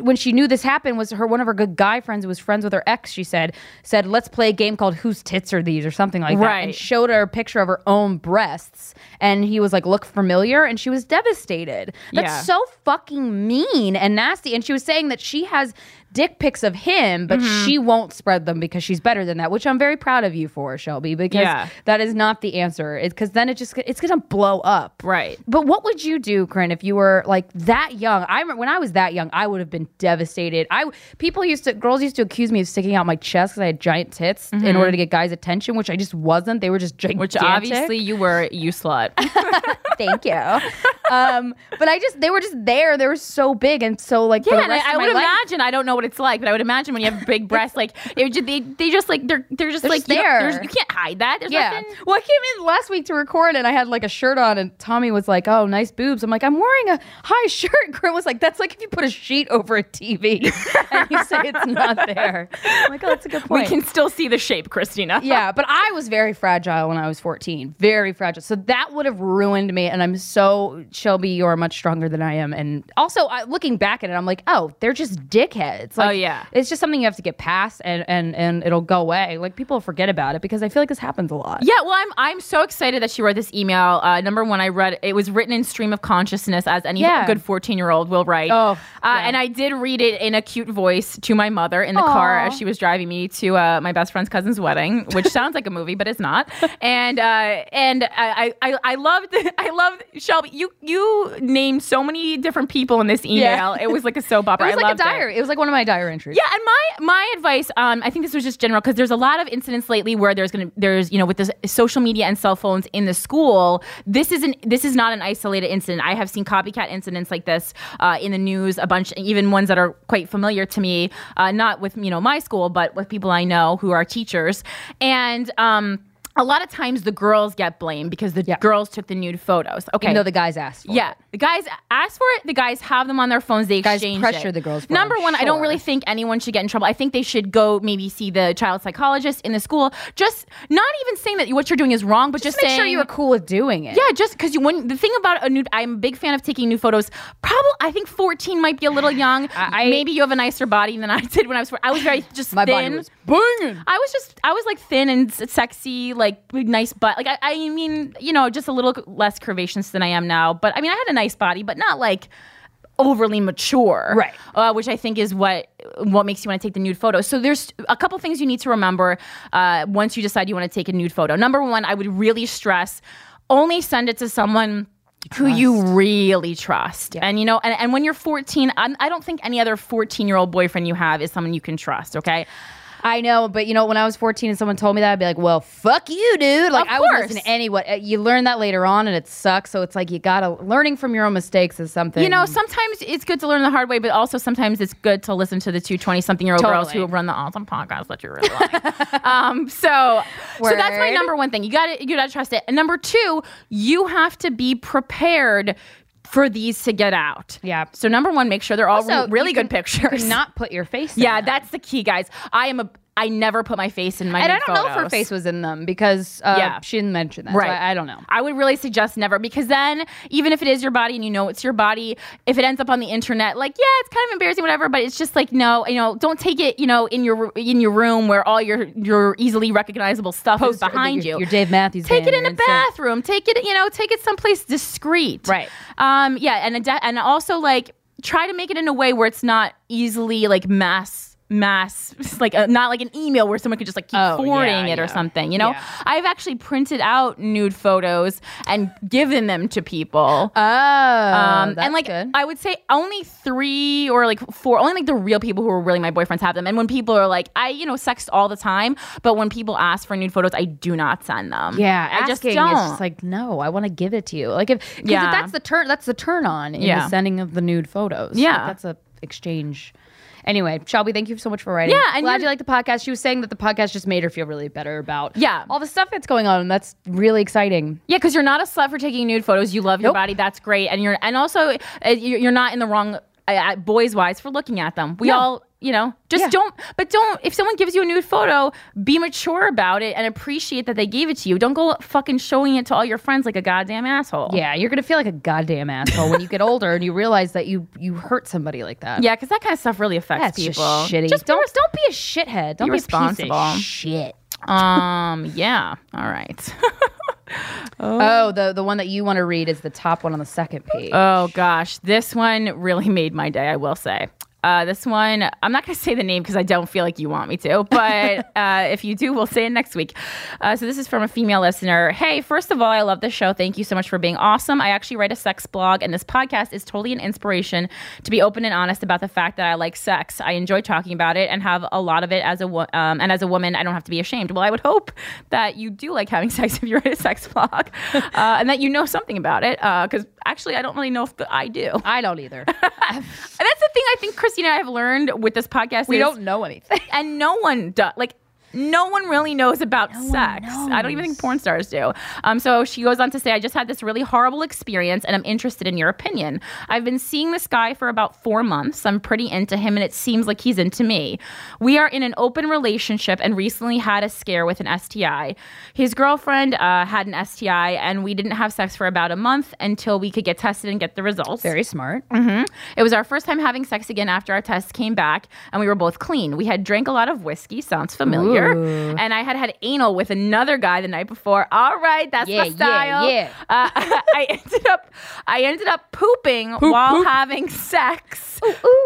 Speaker 3: when she knew this happened was her one of her good guy friends who was friends with her ex she said said let's play a game called whose tits are these or something like that and
Speaker 2: Right.
Speaker 3: showed her a picture of her own breasts and he was like look familiar and she was devastated that's
Speaker 2: Yeah.
Speaker 3: so so fucking mean and nasty. And she was saying that she has dick pics of him, but
Speaker 2: Mm-hmm.
Speaker 3: she won't spread them because she's better than that, which I'm very proud of you for, Shelby, because
Speaker 2: Yeah.
Speaker 3: that is not the answer. Because then it just it's gonna blow up.
Speaker 2: Right.
Speaker 3: But what would you do, Corinne, if you were like that young? I remember when I was that young, I would have been devastated. I people used to girls used to accuse me of sticking out my chest because I had giant tits in order to get guys' attention, which I just wasn't. They were just gigantic.
Speaker 2: Mm-hmm. Which obviously you were, you slut.
Speaker 3: Thank you. um, but I just they were just there. They were so big and so like for the
Speaker 2: and I,
Speaker 3: rest
Speaker 2: I
Speaker 3: of
Speaker 2: would
Speaker 3: my life.
Speaker 2: imagine. I don't know what it's like, but I would imagine when you have big breasts, like it would ju- they they just like they're they're just
Speaker 3: They're
Speaker 2: like
Speaker 3: just
Speaker 2: you don't-
Speaker 3: there.
Speaker 2: there's- You, can't hide that. There's
Speaker 3: Yeah.
Speaker 2: nothing.
Speaker 3: Well, I came in last week to record and I had like a shirt on and Tommy was like, "Oh, nice boobs." I'm like, "I'm wearing a high shirt." Grim was like, "That's like if you put a sheet over a TV and you say it's not there." I'm like, "Oh, that's a good
Speaker 2: We
Speaker 3: point."
Speaker 2: can still see the shape, Christina.
Speaker 3: yeah, but I was very fragile when I was 14. Very fragile. So that would have ruined me. And I'm so, Shelby, you're much stronger than I am. And also, I, looking back at it, I'm like, oh, they're just dickheads. Like,
Speaker 2: Oh, yeah.
Speaker 3: It's just something you have to get past and, and, and it'll go away. Like, people forget about it because I feel like this happens a lot.
Speaker 2: Yeah, well, I'm I'm so excited that she wrote this email. Uh, number one, I read it was written in stream of consciousness as any
Speaker 3: Yeah.
Speaker 2: good 14 year old will write.
Speaker 3: Oh,
Speaker 2: uh,
Speaker 3: yeah.
Speaker 2: and I did read it in a cute voice to my mother in the car
Speaker 3: Aw.
Speaker 2: as she was driving me to uh, my best friend's cousin's wedding, which sounds like a movie, but it's not. And uh, and I I, I- I loved I loved Shelby. You you you named so many different people in this email. It was like a soap opera.
Speaker 3: It was
Speaker 2: I
Speaker 3: like a
Speaker 2: loved it.
Speaker 3: diary. It. was like one of my diary entries.
Speaker 2: Yeah, and my my advice, um, I think this was just general because there's a lot of incidents lately where there's gonna there's you know with the social media and cell phones in the school. This isn't this is not an isolated incident. I have seen copycat incidents like this uh, in the news a bunch, even ones that are quite familiar to me, uh, not with you know my school, but with people I know who are teachers, and. Um, a lot of times the girls get blamed because the
Speaker 3: Yeah.
Speaker 2: girls took the nude photos. Okay.
Speaker 3: Even though the guys asked. For
Speaker 2: Yeah, the guys ask for it. The guys have them on their phones. They
Speaker 3: Guys
Speaker 2: exchange
Speaker 3: pressure
Speaker 2: it.
Speaker 3: the girls for
Speaker 2: Number
Speaker 3: them,
Speaker 2: one, I don't
Speaker 3: sure.
Speaker 2: really think anyone should get in trouble. I think they should go maybe see the child psychologist in the school. Just not even saying that what you're doing is wrong, but
Speaker 3: It.
Speaker 2: just,
Speaker 3: Just make
Speaker 2: saying
Speaker 3: sure you were cool with doing it.
Speaker 2: Yeah, just because you when the thing about a nude, I'm a big fan of taking new photos. Probably, I think 14 might be a little young.
Speaker 3: I-
Speaker 2: maybe you have a nicer body than I did when I was. 14. I was very just
Speaker 3: My
Speaker 2: thin.
Speaker 3: body was banging.
Speaker 2: I was just I was like thin and s- sexy, like with nice butt. Like I, I mean, you know, just a little less curvaceous than I am now. But I mean, I had a nice body, but not like overly mature,
Speaker 3: Right.
Speaker 2: Uh, which I think is what what makes you want to take the nude photo. So there's a couple things you need to remember uh, once you decide you want to take a nude photo. Number one, I would really stress only send it to someone. Who you really trust. And you know, and, and when you're 14, I'm, I don't think any other 14 year old boyfriend you have is someone you can trust, okay?
Speaker 3: I know, but you know, when I was 14 and someone told me that, I'd be like, well, fuck you, dude. Like,
Speaker 2: Of
Speaker 3: I would
Speaker 2: course.
Speaker 3: listen to anyone. Uh, You learn that later on and it sucks. So it's like, you gotta, learning from your own mistakes is something.
Speaker 2: You know, sometimes it's good to learn the hard way, but also sometimes it's good to listen to the two 20 something year old girls
Speaker 3: Totally.
Speaker 2: who run the awesome podcast that you really like. um, so, so that's my
Speaker 3: Word.
Speaker 2: number one thing. You got to you got to trust it. And number two, you have to be prepared for these to get out.
Speaker 3: Yeah.
Speaker 2: So number one, make sure they're all
Speaker 3: Also,
Speaker 2: re- really
Speaker 3: you
Speaker 2: good
Speaker 3: can- you
Speaker 2: pictures.
Speaker 3: can not put your face in
Speaker 2: yeah,
Speaker 3: them.
Speaker 2: that's the key, guys. I am a I never put my face in my
Speaker 3: And I
Speaker 2: nude
Speaker 3: don't know if her
Speaker 2: photos.
Speaker 3: face was in them because uh,
Speaker 2: Yeah.
Speaker 3: she didn't mention that.
Speaker 2: Right.
Speaker 3: Right. I, I don't know.
Speaker 2: I would really suggest never because then, even if it is your body and you know it's your body, if it ends up on the internet, like yeah, it's kind of embarrassing, whatever. But it's just like no, you know, don't take it, you know, in your in your room where all your your easily recognizable stuff is
Speaker 3: Poster-
Speaker 2: behind
Speaker 3: your-
Speaker 2: you.
Speaker 3: your Dave Matthews
Speaker 2: Take
Speaker 3: Band,
Speaker 2: it in
Speaker 3: your
Speaker 2: a
Speaker 3: Insta-
Speaker 2: bathroom. Take it, you know, take it someplace discreet.
Speaker 3: Right.
Speaker 2: Um. Yeah. And a de- and also like try to make it in a way where it's not easily like mass mass like uh not like an email where someone could just like keep
Speaker 3: Oh,
Speaker 2: forwarding
Speaker 3: yeah,
Speaker 2: it
Speaker 3: yeah.
Speaker 2: or something you know
Speaker 3: Yeah.
Speaker 2: I've actually printed out nude photos and given them to people.
Speaker 3: Oh,
Speaker 2: Um,
Speaker 3: that's
Speaker 2: and like
Speaker 3: good.
Speaker 2: I would say only three or like four, only like the real people who are really my boyfriends have them. And when people are like, I you know sext all the time, but when people ask for nude photos, I do not send them.
Speaker 3: Yeah,
Speaker 2: I
Speaker 3: asking
Speaker 2: just don't.
Speaker 3: It's just like no, I want to give it to you. Like if yeah,
Speaker 2: Yeah.
Speaker 3: that's the turn. That's the turn on in
Speaker 2: Yeah.
Speaker 3: the sending of the nude photos. Like,
Speaker 2: Yeah.
Speaker 3: that's a exchange. Anyway, Shelby, thank you so much for writing.
Speaker 2: Yeah, and
Speaker 3: glad
Speaker 2: you-
Speaker 3: you like the podcast. She was saying that the podcast just made her feel really better about
Speaker 2: Yeah.
Speaker 3: all the stuff that's going on. and That's really exciting.
Speaker 2: Yeah, because you're not a slut for taking nude photos. You love your
Speaker 3: Nope.
Speaker 2: body. That's great, and you're and also uh, you- you're not in the wrong uh, boys wise for looking at them. We
Speaker 3: No.
Speaker 2: all. You know, just
Speaker 3: Yeah.
Speaker 2: don't, but don't. If someone gives you a nude photo, be mature about it and appreciate that they gave it to you. Don't go fucking showing it to all your friends like a goddamn asshole.
Speaker 3: Yeah, you're gonna feel like a goddamn asshole when you get older and you realize that you you hurt somebody like that.
Speaker 2: yeah, because that kind of stuff really affects
Speaker 3: that's
Speaker 2: people.
Speaker 3: just shitty.
Speaker 2: Just
Speaker 3: don't don't be a shithead. Don't
Speaker 2: Be
Speaker 3: be, A
Speaker 2: responsible.
Speaker 3: piece of shit.
Speaker 2: um, yeah. All right.
Speaker 3: Oh, the the one that you want to read is the top one on the second page.
Speaker 2: Oh gosh, this one really made my day. I will say. Uh, this one, I'm not going to say the name because I don't feel like you want me to, but uh, if you do, we'll say it next week. Uh, so, this is from a female listener. Hey, first of all, I love the show. Thank you so much for being awesome. I actually write a sex blog, and this podcast is totally an inspiration to be open and honest about the fact that I like sex. I enjoy talking about it and have a lot of it as a wo- um, and as a woman, I don't have to be ashamed. Well, I would hope that you do like having sex if you write a sex blog uh, and that you know something about it because actually, I don't really know if the, I do.
Speaker 3: I don't either.
Speaker 2: And that's the thing I think Christina and I have learned with this podcast.
Speaker 3: we
Speaker 2: is-
Speaker 3: don't know anything.
Speaker 2: and no one does. Like, no one really knows about sex.
Speaker 3: knows.
Speaker 2: I don't even think porn stars do. Um, so she goes on to say, I just had this really horrible experience and I'm interested in your opinion. I've been seeing this guy for about four months. I'm pretty into him and it seems like he's into me. We are in an open relationship and recently had a scare with an STI. His girlfriend uh, had an STI and we didn't have sex for about a month until we could get tested and get the results.
Speaker 3: Very smart.
Speaker 2: It was our first time having sex again after our tests came back, and we were both clean. We had drank a lot of whiskey, sounds familiar.
Speaker 3: Ooh.
Speaker 2: And I had had anal with another guy the night before. All right, that's
Speaker 3: Yeah,
Speaker 2: my
Speaker 3: yeah,
Speaker 2: style.
Speaker 3: yeah.
Speaker 2: Uh, I ended up, I ended up pooping while having sex.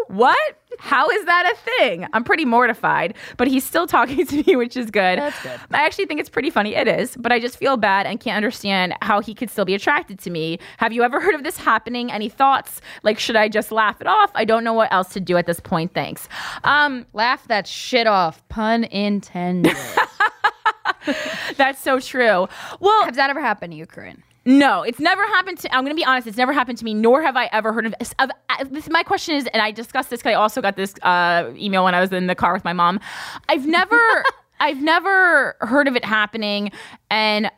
Speaker 2: What? How is that a thing? I'm pretty mortified, but he's still talking to me, which is good.
Speaker 3: That's good.
Speaker 2: I actually think it's pretty funny. It is, but I just feel bad and can't understand how he could still be attracted to me. Have you ever heard of this happening? Any thoughts? Like, should I just laugh it off? I don't know what else to do at this point. Thanks. Um,
Speaker 3: Laugh that shit off. Pun intended.
Speaker 2: that's so true. Well,
Speaker 3: Has that ever happened to you, Corinne?
Speaker 2: No, it's never happened to. I'm going to be honest. It's never happened to me, nor have I ever heard of. of uh, this, my question is, and I discussed this because I also got this uh, email when I was in the car with my mom. I've never, I've never heard of it happening, and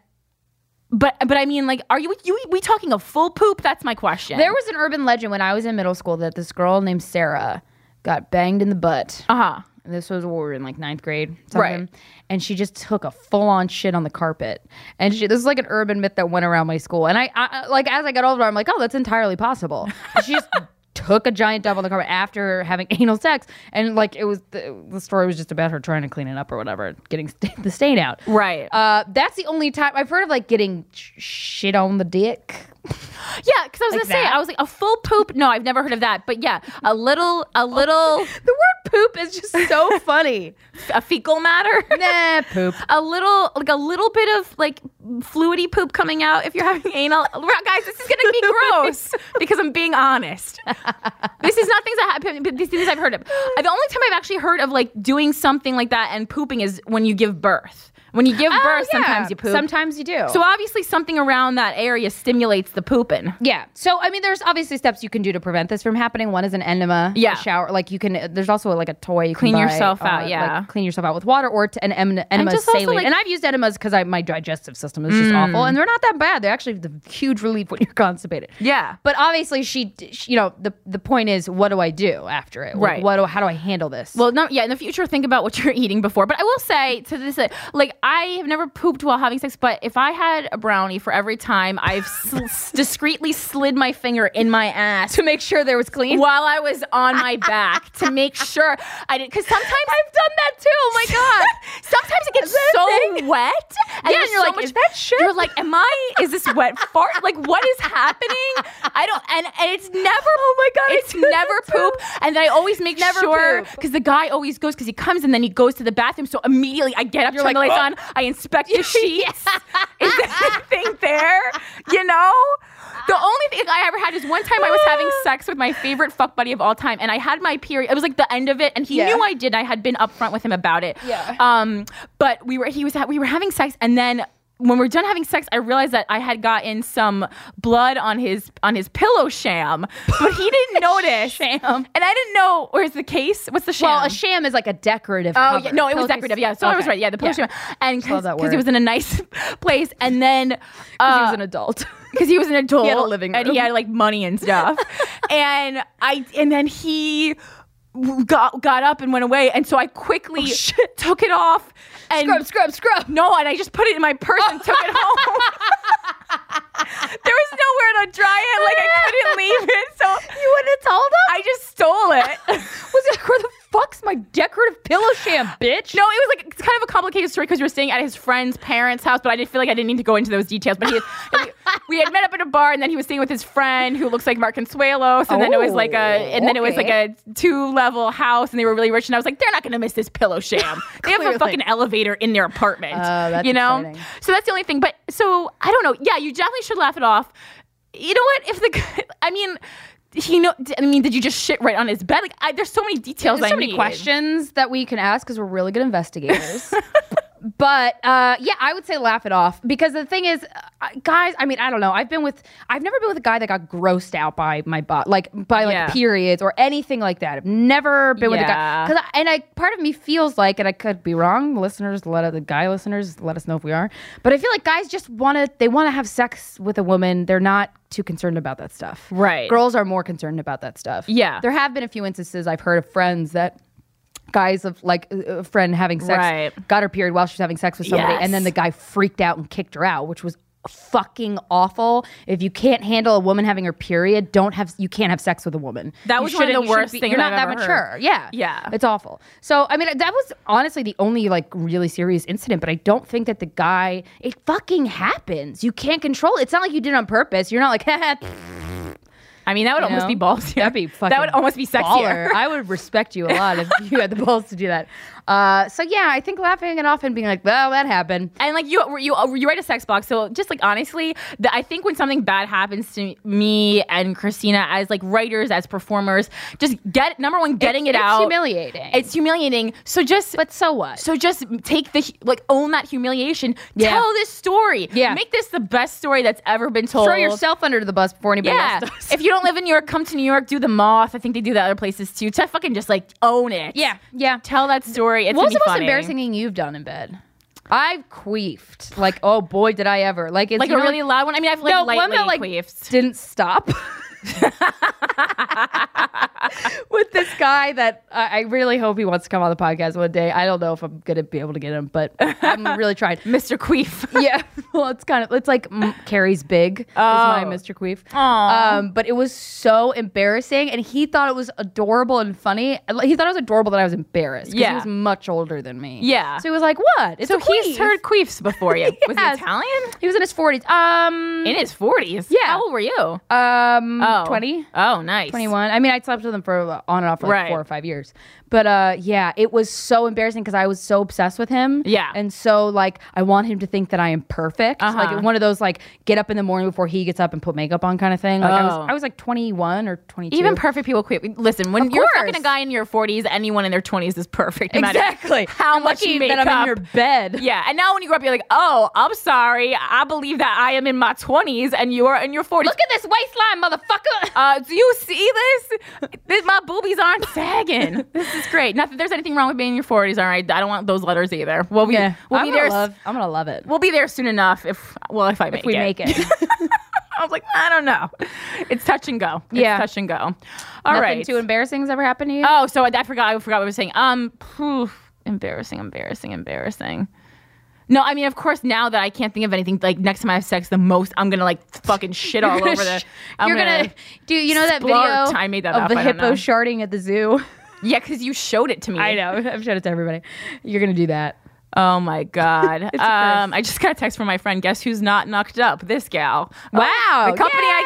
Speaker 2: but but I mean, like, are you you we talking a full poop? That's my question.
Speaker 3: There was an urban legend when I was in middle school that this girl named Sarah got banged in the butt.
Speaker 2: uh huh.
Speaker 3: And this was when we were in like ninth grade,
Speaker 2: Right.
Speaker 3: something. And she just took a full on shit on the carpet. And she, this is like an urban myth that went around my school. And I, I, I- like, as I got older, I'm like, oh, that's entirely possible. And she just took a giant dump on the carpet after having anal sex. And like, it was the, the story was just about her trying to clean it up or whatever, getting st- the stain out.
Speaker 2: Right.
Speaker 3: Uh, that's the only time I've heard of like getting sh- shit on the dick.
Speaker 2: yeah, because I was gonna say,
Speaker 3: that?
Speaker 2: I was like a full poop. No, I've never heard of that. But yeah, a little, a little,
Speaker 3: The word poop is just so funny.
Speaker 2: a fecal matter.
Speaker 3: nah, poop.
Speaker 2: a little like a little bit of like fluidy poop coming out if you're having anal Right, guys this is gonna be gross because i'm being honest this is not things that happen but these things i've heard of Uh, the only time i've actually heard of like doing something like that and pooping is when you give birth when you give birth sometimes you poop
Speaker 3: Oh, Sometimes you do.
Speaker 2: so obviously something around that area stimulates the pooping
Speaker 3: yeah. So I mean, there's obviously steps you can do to prevent this from happening. One is an enema.
Speaker 2: Yeah.
Speaker 3: a shower. Like you can. There's also like a toy you
Speaker 2: Clean
Speaker 3: can buy,
Speaker 2: yourself out,
Speaker 3: like,
Speaker 2: yeah.
Speaker 3: clean yourself out with water or to, an em- enema
Speaker 2: just also,
Speaker 3: saline.
Speaker 2: like-
Speaker 3: and I've used enemas because I my digestive system is just awful, and they're not that bad. They're actually the huge relief when you're constipated.
Speaker 2: Yeah.
Speaker 3: But obviously, she, d- she- you know, the the point is, what do I do after it? Like,
Speaker 2: Right.
Speaker 3: What do how do I handle this?
Speaker 2: Well, no, yeah. In the future, think about what you're eating before. But I will say to this, uh, like, I have never pooped while having sex. But if I had a brownie for every time I've sl- s- discreetly slid my finger in my ass
Speaker 3: to make sure there was clean.
Speaker 2: while I was on my back to make sure I didn't, because sometimes I've done that too. Oh my god! sometimes it gets
Speaker 3: That
Speaker 2: so
Speaker 3: thing.
Speaker 2: wet, and
Speaker 3: Yeah,
Speaker 2: there's
Speaker 3: and you're
Speaker 2: so
Speaker 3: like,
Speaker 2: much-
Speaker 3: "Is that shit?"
Speaker 2: You're like, am I? Is this wet fart? Like, what is happening? I don't. And and it's never. Oh my god! It's never poop. And then I always make
Speaker 3: Never
Speaker 2: sure
Speaker 3: poop.
Speaker 2: because the guy always goes because he comes and then he goes to the bathroom. So immediately I get up, turn
Speaker 3: like, "Oh."
Speaker 2: the lights on, I inspect the sheets. Is there anything there? You know. The only thing I ever had is one time I was having sex with my favorite fuck buddy of all time, and I had my period. It was like the end of it, and he
Speaker 3: Yeah.
Speaker 2: knew I did. I had been upfront with him about it.
Speaker 3: Yeah.
Speaker 2: Um, but we were he was ha- we were having sex, and then when we were done having sex, I realized that I had gotten some blood on his on his pillow sham, but he didn't notice.
Speaker 3: Sham.
Speaker 2: and I didn't know where's the case. What's the sham?
Speaker 3: Well, a sham is like a decorative.
Speaker 2: Oh
Speaker 3: cover.
Speaker 2: yeah, no, it was
Speaker 3: Pillowcase-
Speaker 2: decorative. Yeah, so I was
Speaker 3: Okay.
Speaker 2: right. Yeah, the pillow sham, and
Speaker 3: Just love that
Speaker 2: because
Speaker 3: word.
Speaker 2: it was in a nice place, and then uh,
Speaker 3: he was an adult.
Speaker 2: because he was an adult
Speaker 3: He had a living
Speaker 2: and he
Speaker 3: room.
Speaker 2: had like money and stuff and i and then he w- got got up and went away and so i
Speaker 3: Oh,
Speaker 2: quickly took it off and
Speaker 3: scrub, scrub, scrub.
Speaker 2: no and i just put it in my purse and took it home there was nowhere to dry it like i couldn't leave it so
Speaker 3: You wouldn't have told him?
Speaker 2: i just stole it
Speaker 3: was like, where the fuck's my decorative pillow sham, bitch?
Speaker 2: No, it was like it's kind of a complicated story because we were staying at his friend's parents' house, but I didn't feel like I didn't need to go into those details. But he, we, we had met up at a bar, and then he was staying with his friend who looks like Mark Consuelo. So then it was like a,
Speaker 3: Oh,
Speaker 2: and then it was like a two-level house, and they were really rich. And I was like, they're not gonna miss this pillow sham. they have a
Speaker 3: Clearly.
Speaker 2: fucking elevator in their apartment.
Speaker 3: Oh, that's
Speaker 2: you know,
Speaker 3: exciting.
Speaker 2: so that's the only thing. But so I don't know. Yeah, you definitely should laugh it off. You know what? If the, guy- I mean. He know. I mean, did you just shit right on his bed? Like, I, there's so many details.
Speaker 3: There's
Speaker 2: I
Speaker 3: so many
Speaker 2: need.
Speaker 3: questions that we can ask because we're really good investigators. but uh, yeah, I would say laugh it off because the thing is, uh, guys. I mean, I don't know. I've been with, I've never been with a guy that got grossed out by my butt, like by like
Speaker 2: Yeah.
Speaker 3: periods or anything like that. I've never been with a guy
Speaker 2: Yeah.
Speaker 3: because, and I part of me feels like, and I could be wrong. Listeners, let the guy listeners let us know if we are. But I feel like guys just want to, they want to have sex with a woman. They're not too concerned about that stuff.
Speaker 2: Right.
Speaker 3: Girls are more concerned about that stuff.
Speaker 2: Yeah.
Speaker 3: There have been a few instances I've heard of friends that guys of like a a friend having sex
Speaker 2: Right.
Speaker 3: got her period while she was having sex with somebody
Speaker 2: Yes.
Speaker 3: and then the guy freaked out and kicked her out, which was fucking awful. If you can't handle a woman having her period, don't have you can't have sex with a woman.
Speaker 2: That
Speaker 3: You
Speaker 2: was one of the
Speaker 3: shouldn't- you should
Speaker 2: worst
Speaker 3: be-
Speaker 2: things
Speaker 3: You're not
Speaker 2: I've
Speaker 3: that
Speaker 2: ever
Speaker 3: mature.
Speaker 2: heard.
Speaker 3: Yeah.
Speaker 2: Yeah.
Speaker 3: It's awful. So I mean that was honestly the only like really serious incident, but I don't think that the guy it fucking happens. You can't control it. It's not like you did it on purpose. You're not like
Speaker 2: I mean, that would
Speaker 3: You
Speaker 2: almost
Speaker 3: know?
Speaker 2: be ballsy.
Speaker 3: That'd be fucking
Speaker 2: That would almost be sexier.
Speaker 3: baller. I would respect you a lot if you had the balls to do that. Uh, so yeah, I think laughing it off and being like, "Well, that happened."
Speaker 2: and like you, you, you write a sex blog. So just like honestly, the, I think when something bad happens to me and Christina, as like writers, as performers, just get number one, getting
Speaker 3: It's-
Speaker 2: it
Speaker 3: it's
Speaker 2: out.
Speaker 3: humiliating.
Speaker 2: It's humiliating. So just,
Speaker 3: but so what?
Speaker 2: so just take the like own that humiliation.
Speaker 3: Yeah.
Speaker 2: Tell this story.
Speaker 3: Yeah.
Speaker 2: Make this the best story that's ever been told.
Speaker 3: Throw yourself under the bus before anybody
Speaker 2: Yeah.
Speaker 3: else does.
Speaker 2: if you don't live in New York, come to New York. Do the Moth. I think they do that other places too. To fucking just like own it.
Speaker 3: Yeah, yeah.
Speaker 2: Tell that story. It's
Speaker 3: what was
Speaker 2: gonna
Speaker 3: the
Speaker 2: be
Speaker 3: most
Speaker 2: funny.
Speaker 3: embarrassing thing you've done in bed? I've queefed. Like, oh boy, did I ever! Like, it's
Speaker 2: Like
Speaker 3: you
Speaker 2: a
Speaker 3: know,
Speaker 2: really loud one. I mean, I've like
Speaker 3: no,
Speaker 2: lightly
Speaker 3: one that like
Speaker 2: queefed.
Speaker 3: didn't stop. With this guy that I I really hope he wants to come on the podcast one day. I don't know if I'm gonna be able to get him, but I'm really trying.
Speaker 2: Mr. Queef.
Speaker 3: yeah. Well, it's kind of it's like mm, Carrie's big is my
Speaker 2: Oh.
Speaker 3: Mr. Queef.
Speaker 2: Aw.
Speaker 3: Um, but it was so embarrassing, and he thought it was adorable and funny. Like, He thought it was adorable that I was embarrassed. 'cause
Speaker 2: Yeah.
Speaker 3: he was much older than me.
Speaker 2: Yeah.
Speaker 3: so he was like, "What? It's
Speaker 2: So
Speaker 3: a queef."
Speaker 2: he's heard queefs before you. Was he
Speaker 3: Yes.
Speaker 2: Italian?
Speaker 3: He was in his forties. Um,
Speaker 2: In his forties.
Speaker 3: Yeah.
Speaker 2: How old were you? Oh,
Speaker 3: um, twenty.
Speaker 2: Oh, nice.
Speaker 3: 21. I mean, I slept with him for on and off for like
Speaker 2: Right.
Speaker 3: four or five years. But uh, yeah, it was so embarrassing because I was so obsessed with him.
Speaker 2: Yeah.
Speaker 3: And so, like, I want him to think that I am perfect.
Speaker 2: Uh-huh.
Speaker 3: Like, one of those, like, get up in the morning before he gets up and put makeup on kind of thing. Like, I,
Speaker 2: Oh.
Speaker 3: was, I was like 21 or 22.
Speaker 2: Even perfect people queef. Listen, when
Speaker 3: Of
Speaker 2: you're
Speaker 3: course.
Speaker 2: fucking a guy in your forties, anyone in their twenties is perfect. no matter
Speaker 3: Exactly.
Speaker 2: How
Speaker 3: I'm
Speaker 2: much
Speaker 3: lucky
Speaker 2: makeup.
Speaker 3: that I'm in your bed.
Speaker 2: Yeah, and now when you grow up, you're like, oh, I'm sorry. I believe that I am in my 20s and you are in your 40s.
Speaker 3: Look at this waistline, motherfucker.
Speaker 2: uh, do you see this? this? My boobies aren't sagging. this is great. Not that there's anything wrong with being in your 40s. All right, I don't want those letters either. We'll be, we'll
Speaker 3: I'm,
Speaker 2: be
Speaker 3: gonna
Speaker 2: there.
Speaker 3: love, I'm gonna love it.
Speaker 2: We'll be there soon enough. If well, if I make
Speaker 3: we
Speaker 2: it,
Speaker 3: make it.
Speaker 2: I was like, I don't know. It's touch and go. It's
Speaker 3: Yeah.
Speaker 2: touch and go. All
Speaker 3: Nothing
Speaker 2: right.
Speaker 3: too embarrassing's ever happened to you?
Speaker 2: Oh, so I, I forgot. I forgot what I was saying. Um, phew, embarrassing, embarrassing, embarrassing. No, I mean, of course, now that I can't think of anything, like next time I have sex, the most I'm gonna like fucking shit all over the. I'm
Speaker 3: You're gonna, do you know that video
Speaker 2: splurt. I made that
Speaker 3: of
Speaker 2: up.
Speaker 3: the
Speaker 2: I don't
Speaker 3: hippo
Speaker 2: know.
Speaker 3: sharding at the zoo?
Speaker 2: yeah, because you showed it to me.
Speaker 3: I know. I've shown it to everybody. You're gonna do that.
Speaker 2: Oh my god.
Speaker 3: a curse.
Speaker 2: um, I just got a text from my friend. Guess who's not knocked up? This gal. Oh,
Speaker 3: Wow.
Speaker 2: the company I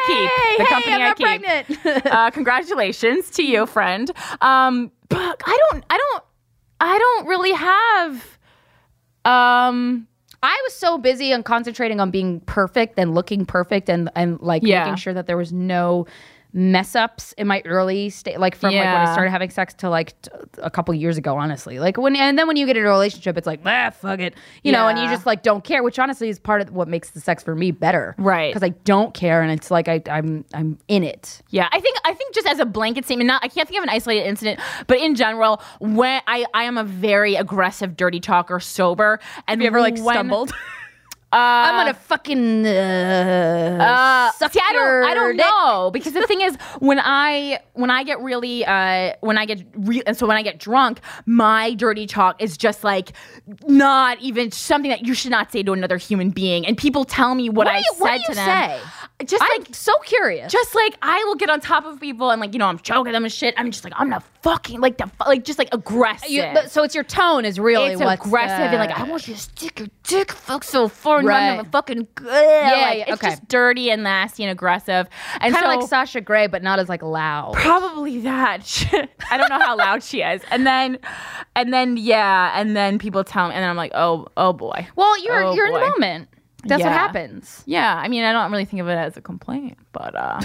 Speaker 2: keep.
Speaker 3: Yay!
Speaker 2: The
Speaker 3: Hey,
Speaker 2: company
Speaker 3: I'm
Speaker 2: I
Speaker 3: not
Speaker 2: keep.
Speaker 3: pregnant.
Speaker 2: uh, congratulations to you, friend. Um, but I don't, I don't, I don't really have. Um,
Speaker 3: I was so busy on concentrating on being perfect and looking perfect and and like
Speaker 2: Yeah.
Speaker 3: making sure that there was no mess ups in my early state like from like when
Speaker 2: Yeah.
Speaker 3: I started having sex to like t- a couple years ago honestly like when and then when you get in a relationship it's like ah fuck it you know and you
Speaker 2: Yeah.
Speaker 3: just like don't care which honestly is part of what makes the sex for me better
Speaker 2: Right.
Speaker 3: because I don't care and it's like I I'm I'm in it
Speaker 2: yeah, I think, I think just as a blanket statement, not, I can't think of an isolated incident, but in general, when I, I am a very aggressive, dirty talker, sober, and you when, uh,
Speaker 3: I'm gonna fucking uh, suck
Speaker 2: See, I
Speaker 3: your
Speaker 2: don't, I don't
Speaker 3: dick.
Speaker 2: know because the thing is, when I when I get really uh, when I get re- and so when I get drunk, my dirty talk is just like not even something that you should not say to another human being. And people tell me what,
Speaker 3: What do
Speaker 2: I
Speaker 3: you-
Speaker 2: said
Speaker 3: what do
Speaker 2: to
Speaker 3: you
Speaker 2: them. Just
Speaker 3: I'm
Speaker 2: like
Speaker 3: so curious
Speaker 2: just like I will get on top of people and like you know I'm choking them and shit. I'm just like I'm gonna fucking like the fu- like just like aggressive.
Speaker 3: You- but- so it's your tone is really
Speaker 2: it's
Speaker 3: what's
Speaker 2: aggressive and like
Speaker 3: uh,
Speaker 2: I want you to stick your dick fuck so far and
Speaker 3: Right.
Speaker 2: run them a fucking yeah, like,
Speaker 3: yeah,
Speaker 2: it's
Speaker 3: okay.
Speaker 2: just dirty and nasty and aggressive and
Speaker 3: kind
Speaker 2: so
Speaker 3: of like Sasha Grey, but not as like loud.
Speaker 2: probably that I don't know how loud she is and then and then yeah and then people tell me and then I'm like oh oh boy
Speaker 3: Well, you're
Speaker 2: Oh,
Speaker 3: you're in
Speaker 2: boy.
Speaker 3: the moment. That's what
Speaker 2: Yeah.
Speaker 3: happens.
Speaker 2: yeah I mean I don't really think of it as a complaint but uh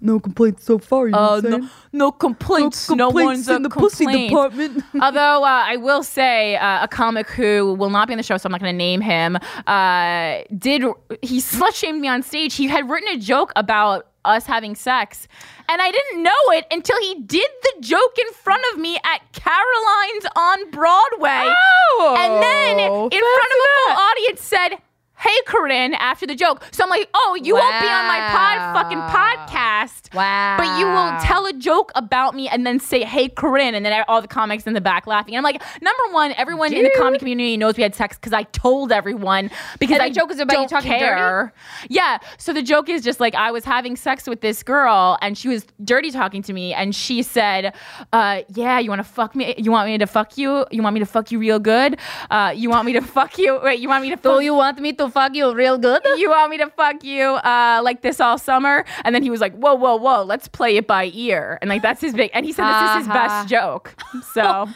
Speaker 4: No complaints so far. You know
Speaker 2: Uh,
Speaker 4: what I'm saying?
Speaker 2: no, no complaints. No,
Speaker 4: complaints
Speaker 2: one's a
Speaker 4: in the pussy
Speaker 2: complaint.
Speaker 4: department.
Speaker 2: Although uh, I will say, uh, a comic who will not be on the show, so I'm not going to name him, uh, did he slut shamed me on stage? He had written a joke about us having sex, and I didn't know it until he did the joke in front of me at Caroline's on Broadway,
Speaker 4: Oh,
Speaker 2: and then in front of a
Speaker 4: fancy
Speaker 2: full audience said. Hey, Corinne, after the joke. So I'm like, oh, you won't be on my pod fucking
Speaker 3: Wow.
Speaker 2: podcast.
Speaker 3: Wow.
Speaker 2: But you will tell a joke about me and then say, hey, Corinne. And then all the comics in the back laughing. And I'm like, number one, everyone in the comedy community knows we had sex because I told everyone because
Speaker 3: And the
Speaker 2: I
Speaker 3: joke is about you
Speaker 2: don't
Speaker 3: talking
Speaker 2: care. Yeah. So the joke is just like, I was having sex with this girl and she was dirty talking to me. And she said, uh, yeah, you want to fuck me? You want me to fuck you? You want me to fuck you real good? Uh, you want me to fuck you? Wait, you want me to fuck
Speaker 3: Do you want me to fuck you real good?
Speaker 2: you want me to fuck you uh, like this all summer? And then he was like, whoa, whoa, whoa, let's play it by ear. And like, that's his big, and he said this is his
Speaker 3: Uh-huh.
Speaker 2: best joke. So.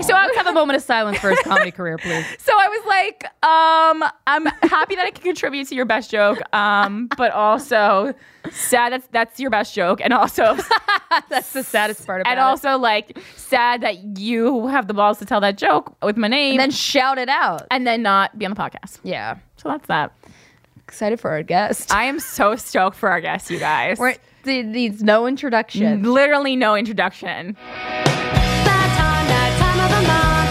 Speaker 2: So I,
Speaker 3: Have a moment of silence for his comedy career, please.
Speaker 2: so I was like, um, I'm happy that I can contribute to your best joke, um, but also sad that's that's your best joke, and also
Speaker 3: That's the saddest part about
Speaker 2: and also like sad that you have the balls to tell that joke with my name,
Speaker 3: it. And then shout it out.
Speaker 2: and then not be on the podcast.
Speaker 3: Yeah.
Speaker 2: So that's that.
Speaker 3: Excited for our guest.
Speaker 2: I am so stoked for our guest, you guys.
Speaker 3: We're, th- needs no introduction.
Speaker 2: Literally no introduction.
Speaker 5: That time, that time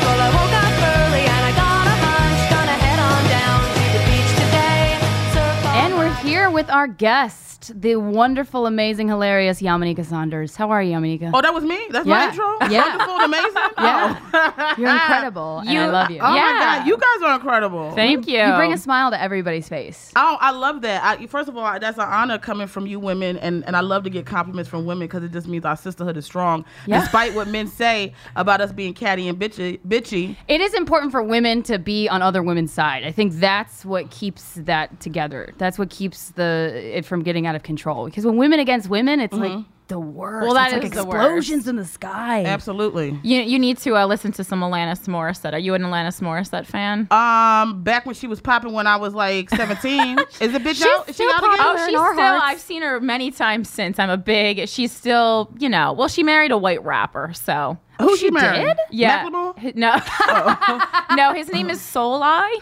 Speaker 5: of the month. Well, I woke up early and I got a hunch. Gonna head on down to the beach today. Surf all
Speaker 3: And we're
Speaker 5: night.
Speaker 3: here with our guest, the wonderful, amazing, hilarious Yamanika Saunders. How are you, Yamanika?
Speaker 6: Oh, that was me. That's
Speaker 3: Yeah.
Speaker 6: my intro.
Speaker 3: Yeah.
Speaker 6: Wonderful, and amazing.
Speaker 3: Yeah.
Speaker 6: Oh,
Speaker 3: You're incredible. and I love you.
Speaker 6: Oh
Speaker 2: Yeah.
Speaker 6: my God, you guys are incredible.
Speaker 2: oh, Thank you.
Speaker 3: You bring a smile to everybody's face.
Speaker 6: Oh, I love that. I, first of all, that's an honor coming from you women, and, and I love to get compliments from women because it just means our sisterhood is strong,
Speaker 3: Yeah.
Speaker 6: despite what men say about us being catty and bitchy. bitchy.
Speaker 3: It is important for women to be on other women's side. I think that's what keeps that together. That's what keeps the it from getting out of control. Because when women against women, it's like the worst.
Speaker 2: Mm-hmm. Well, that
Speaker 3: It's like
Speaker 2: is the worst.
Speaker 3: explosions in the sky.
Speaker 6: Absolutely.
Speaker 2: You, you need to uh, listen to some Alanis Morissette. Are you an Alanis Morissette fan?
Speaker 3: Uh,
Speaker 6: Um, back when she was popping when I was like 17. is it bitch out? Is she out again?
Speaker 2: oh, she's still. I've seen her many times since. I'm a big. She's still. You know. Well, she married a white rapper, so
Speaker 3: Oh,
Speaker 6: Who she, married?
Speaker 3: did?
Speaker 2: yeah.
Speaker 6: Macklemore?
Speaker 2: Hi- No.
Speaker 3: Oh.
Speaker 2: no, his name is Soul Eye.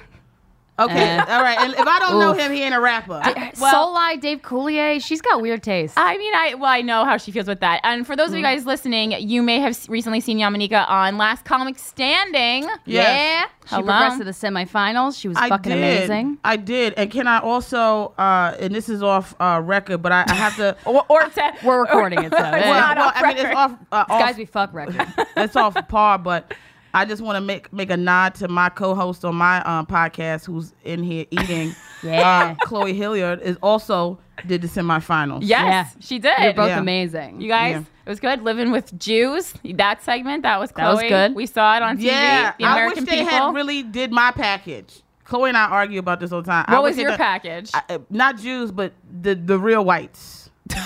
Speaker 6: Okay.
Speaker 3: Uh.
Speaker 6: all right. And if I don't know
Speaker 3: Oof.
Speaker 6: him, he ain't a rapper.
Speaker 3: Soul Eye, Dave Coulier. She's got weird taste.
Speaker 2: I mean, I well, I know how she feels with that. And for those of you
Speaker 3: Mm.
Speaker 2: guys listening, you may have s- recently seen Yamanika on Last Comic Standing.
Speaker 6: Yes.
Speaker 3: She
Speaker 2: Hello?
Speaker 3: progressed to the semifinals. She was fucking amazing.
Speaker 6: I did. And can I also, uh, and this is off uh, record, but I, I have to.
Speaker 2: Or, or to,
Speaker 3: We're recording it, so hey.
Speaker 6: well,
Speaker 2: not
Speaker 6: well,
Speaker 2: off
Speaker 6: I mean, it's
Speaker 2: record.
Speaker 6: off, uh, off
Speaker 3: Guys, we fuck record.
Speaker 6: it's off par, but I just want to make make a nod to my co-host on my um, podcast, who's in here eating.
Speaker 3: Yeah.
Speaker 6: uh, Chloe Hilliard is also did the semifinals.
Speaker 2: yes, she did.
Speaker 3: You're both
Speaker 6: Yeah.
Speaker 3: amazing.
Speaker 2: You guys,
Speaker 6: Yeah.
Speaker 2: it was good living with Jews. That segment, that was Chloe.
Speaker 3: That was good.
Speaker 2: We saw it on TV.
Speaker 6: yeah.
Speaker 2: the
Speaker 6: I wish
Speaker 2: American
Speaker 6: they
Speaker 2: people.
Speaker 6: had really did my package. Chloe and I argue about this all the time. I
Speaker 2: what
Speaker 6: wish
Speaker 2: was
Speaker 6: they
Speaker 2: your
Speaker 6: done-
Speaker 2: package?
Speaker 6: I- uh, not Jews, but the the real whites.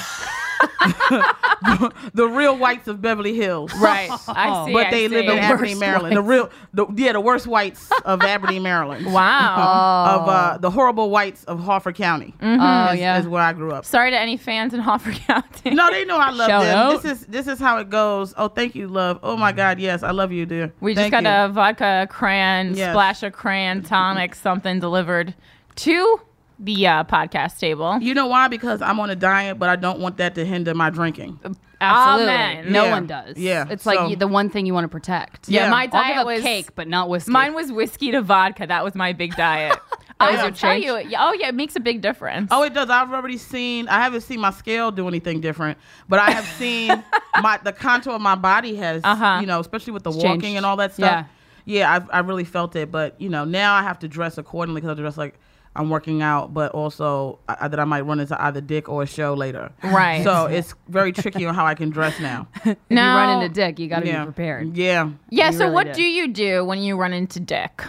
Speaker 6: the, the real whites of Beverly Hills.
Speaker 2: right, I see.
Speaker 6: Oh, But
Speaker 2: I
Speaker 6: they live
Speaker 2: see.
Speaker 6: in Aberdeen,
Speaker 3: worst
Speaker 6: Maryland. The real, the, yeah, the worst whites of Aberdeen, Maryland.
Speaker 2: Wow.
Speaker 6: of uh, the horrible whites of Harford County.
Speaker 2: Mm-hmm.
Speaker 3: Oh,
Speaker 6: is,
Speaker 3: yeah.
Speaker 6: is where I grew up.
Speaker 2: Sorry to any fans in Hoffer County.
Speaker 6: No, they know I love
Speaker 3: Shout
Speaker 6: them.
Speaker 3: out.
Speaker 6: This is this is how it goes. Oh, thank you, love. Oh my God, yes, I love you, dear.
Speaker 2: we just got
Speaker 6: Thank you.
Speaker 2: a vodka cran,
Speaker 6: Yes.
Speaker 2: splash of cran, tonic, something delivered to the uh, podcast table.
Speaker 6: You know why? Because I'm on a diet, but I don't want that to hinder my drinking.
Speaker 3: Absolutely.
Speaker 2: Amen.
Speaker 3: No
Speaker 6: Yeah.
Speaker 3: one does.
Speaker 6: Yeah.
Speaker 3: It's
Speaker 6: So-
Speaker 3: like you, the one thing you want to protect.
Speaker 6: Yeah.
Speaker 2: yeah, my
Speaker 3: I'll give
Speaker 2: diet
Speaker 3: up
Speaker 2: was
Speaker 3: cake, but not whiskey.
Speaker 2: Mine was whiskey to vodka. That was my big diet. I
Speaker 3: was
Speaker 2: will
Speaker 3: your
Speaker 2: tell
Speaker 3: change?
Speaker 2: you. Oh yeah, it makes a big difference.
Speaker 6: Oh, it does. I've already seen. I haven't seen my scale do anything different, but I have seen my the contour of my body has.
Speaker 2: Uh-huh.
Speaker 6: You know, especially with the
Speaker 3: It's
Speaker 6: walking
Speaker 3: changed.
Speaker 6: and all that
Speaker 3: Yeah.
Speaker 6: stuff. Yeah, I've, I really felt it, but you know, now I have to dress accordingly because I dress like I'm working out, but also I, that I might run into either dick or a show later.
Speaker 2: Right.
Speaker 6: So it's very tricky on how I can dress now.
Speaker 3: If you
Speaker 2: No.
Speaker 3: run into dick, you got to
Speaker 6: yeah.
Speaker 3: be prepared.
Speaker 6: Yeah.
Speaker 2: yeah.
Speaker 3: You
Speaker 2: So
Speaker 3: really
Speaker 2: what
Speaker 3: did.
Speaker 2: do you do when you run into dick?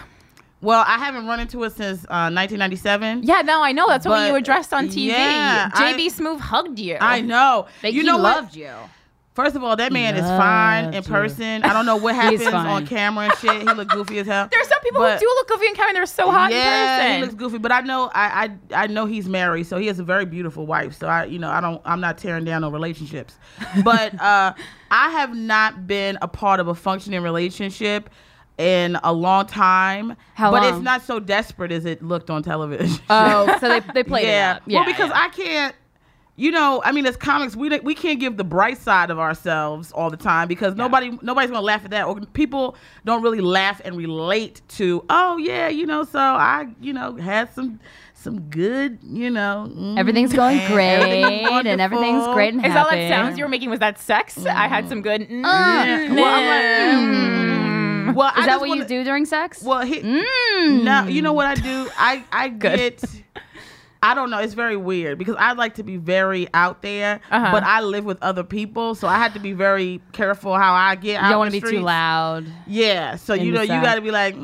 Speaker 6: Well, I haven't run into it since uh, 1997.
Speaker 2: Yeah, no, I know. That's what
Speaker 6: But,
Speaker 2: you addressed on TV.
Speaker 6: yeah, I-
Speaker 2: JB Smoove hugged you.
Speaker 6: I know.
Speaker 3: Like,
Speaker 6: you
Speaker 3: he
Speaker 6: know what?
Speaker 3: loved you.
Speaker 6: First of all, that man is fine in
Speaker 3: Loved you.
Speaker 6: person. I don't know what happens
Speaker 3: fine.
Speaker 6: on camera and shit. He look goofy as hell.
Speaker 2: There's some people who
Speaker 6: But-
Speaker 2: do look goofy and Kevin. They're so hot
Speaker 6: yeah,
Speaker 2: in
Speaker 6: he looks
Speaker 2: person.
Speaker 6: goofy, but I know I, I I know he's married, so he has a very beautiful wife. So I you know I don't I'm not tearing down on relationships, but uh, I have not been a part of a functioning relationship in a long time.
Speaker 3: How
Speaker 6: but
Speaker 3: long?
Speaker 6: it's not so desperate as it looked on television.
Speaker 3: Oh, so they, they played it
Speaker 6: yeah.
Speaker 3: up. Yeah.
Speaker 6: well, because I can't. You know, I mean, as comics, we don't- we can't give the bright side of ourselves all the time because nobody nobody's gonna laugh at that. Or people don't really laugh and relate to. Oh yeah, you know, so I you know had some some good you know mm,
Speaker 3: Everything's going
Speaker 6: and
Speaker 3: great,
Speaker 6: everything's
Speaker 3: and everything's
Speaker 6: wonderful.
Speaker 3: great and
Speaker 2: Is all
Speaker 3: happy.
Speaker 2: that sounds you were making was that sex? I had some good. Mm,
Speaker 6: Yeah. Well, I'm like, mm. Well, I
Speaker 3: Is that
Speaker 6: just
Speaker 3: what you
Speaker 6: wanna-
Speaker 3: do during sex?
Speaker 6: Well, he,
Speaker 3: Mm.
Speaker 6: no, you know what I do? I I get. I don't know. It's very weird because I like to be very out there,
Speaker 2: Uh-huh.
Speaker 6: but I live with other people, so I had to be very careful how I get.
Speaker 3: you
Speaker 6: out
Speaker 3: don't want to
Speaker 6: in the
Speaker 3: be too
Speaker 6: streets.
Speaker 3: loud.
Speaker 6: Yeah, so
Speaker 3: In
Speaker 6: you
Speaker 3: the
Speaker 6: know you
Speaker 3: sack.
Speaker 6: got to be like, mm,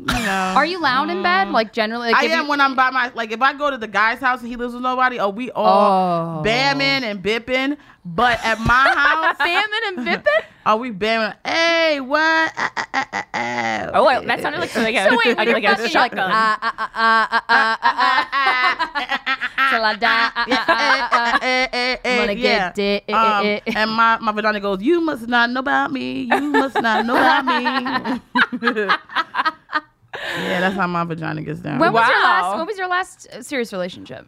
Speaker 6: you know.
Speaker 3: Are you loud in bed? Like generally, like
Speaker 6: I
Speaker 3: if
Speaker 6: am
Speaker 3: you-
Speaker 6: when I'm by my like if I go to the guy's house and he lives with nobody, oh we all
Speaker 3: Oh.
Speaker 6: bamming and bipping. But at my house,
Speaker 2: Salmon and Bippin?
Speaker 6: are we bamming? Hey, what? Ah, ah, ah, ah, ah.
Speaker 2: Oh, wait, that sounded like, like, a, like,
Speaker 3: wait, when
Speaker 2: like
Speaker 3: you're
Speaker 2: a
Speaker 3: fucking, you're like,
Speaker 2: shotgun.
Speaker 3: ah, ah, ah, ah, ah, ah, ah, till I die. ah, ah, ah, ah, ah.
Speaker 6: Eh, eh, eh,
Speaker 3: Wanna
Speaker 6: yeah.
Speaker 3: get dick. eh,
Speaker 6: Um,
Speaker 3: eh, eh.
Speaker 6: and my, my vagina goes, You must not know about me. You must not know about me. yeah, that's how my vagina gets down.
Speaker 3: When was your
Speaker 2: Wow.
Speaker 3: last? When was your last uh, serious relationship?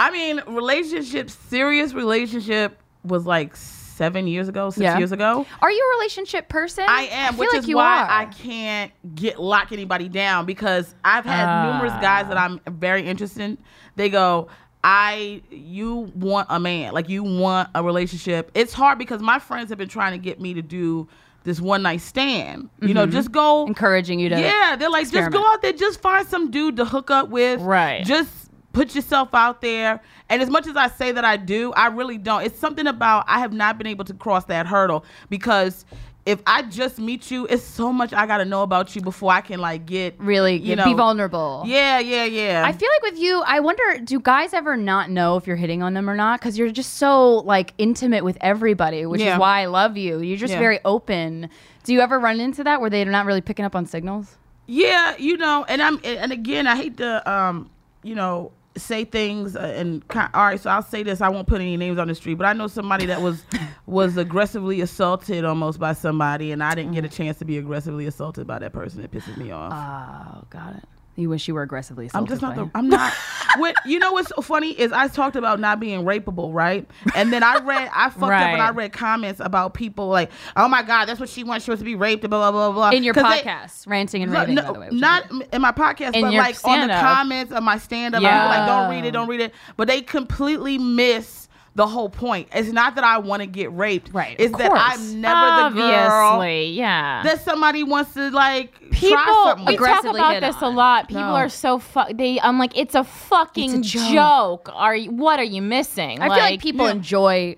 Speaker 6: I mean, relationship, serious relationship was like seven years ago, six
Speaker 3: Yeah.
Speaker 6: years ago.
Speaker 3: Are you a relationship person?
Speaker 6: I am,
Speaker 3: feel
Speaker 6: which
Speaker 3: like
Speaker 6: is
Speaker 3: you
Speaker 6: why
Speaker 3: are.
Speaker 6: I can't get lock anybody down because I've had numerous guys
Speaker 3: Ah.
Speaker 6: that I'm very interested in. They go, I you want a man, like you want a relationship. It's hard because my friends have been trying to get me to do this one night stand. You
Speaker 3: Mm-hmm.
Speaker 6: know, just go
Speaker 3: encouraging you to.
Speaker 6: yeah, they're like, just
Speaker 3: experiment.
Speaker 6: go out there, just find some dude to hook up with.
Speaker 2: Right.
Speaker 6: Just put yourself out there. And as much as I say that I do, I really don't. It's something about I have not been able to cross that hurdle because if I just meet you, it's so much I gotta know about you before I can like get
Speaker 3: Really
Speaker 6: you
Speaker 3: get- be vulnerable.
Speaker 6: Yeah, yeah, yeah.
Speaker 3: I feel like with you, I wonder, do guys ever not know if you're hitting on them or not? Because you're just so like intimate with everybody, which
Speaker 6: Yeah.
Speaker 3: is why I love you. You're just
Speaker 6: Yeah.
Speaker 3: very open. Do you ever run into that where they're not really picking up on signals?
Speaker 6: Yeah, you know, and I'm and again, I hate to um, you know, say things uh, and ki all right, so I'll say this. I won't put any names on the street, but I know somebody that was was aggressively assaulted almost by somebody, and I didn't
Speaker 3: Mm-hmm.
Speaker 6: get a chance to be aggressively assaulted by that person. It pisses me off.
Speaker 3: Oh, got it. You wish you were aggressively
Speaker 6: I'm
Speaker 3: assaulted.
Speaker 6: just not
Speaker 3: by
Speaker 6: the.
Speaker 3: him.
Speaker 6: I'm not. what you know? What's so funny is I talked about not being rapeable, right? And then I read, I fucked up,
Speaker 2: Right.
Speaker 6: and I read comments about people like, "Oh my god, that's what she wants. She wants to be raped." Blah blah blah blah.
Speaker 3: in your
Speaker 6: 'Cause they-
Speaker 3: podcast, ranting and
Speaker 6: no,
Speaker 3: raving.
Speaker 6: no,
Speaker 3: by the way, which is
Speaker 6: not in my podcast,
Speaker 2: In
Speaker 6: but
Speaker 2: your
Speaker 6: like on the
Speaker 2: stand-up.
Speaker 6: comments of my stand up.
Speaker 2: Yeah.
Speaker 6: like, don't read it, don't read it. But they completely miss the whole point. It's not that I want to get raped.
Speaker 3: Right,
Speaker 6: It's
Speaker 3: of
Speaker 6: that
Speaker 3: course.
Speaker 6: I'm never the girl
Speaker 2: Obviously, yeah.
Speaker 6: that somebody wants to like try
Speaker 2: people
Speaker 6: something
Speaker 2: we
Speaker 6: with.
Speaker 2: talk
Speaker 3: Aggressively
Speaker 2: about
Speaker 3: hit
Speaker 2: this a
Speaker 3: on.
Speaker 2: lot people
Speaker 3: No.
Speaker 2: are so fuck they i'm like it's a fucking
Speaker 3: It's a
Speaker 2: joke.
Speaker 3: joke.
Speaker 2: are you what are you missing
Speaker 3: I feel like people enjoy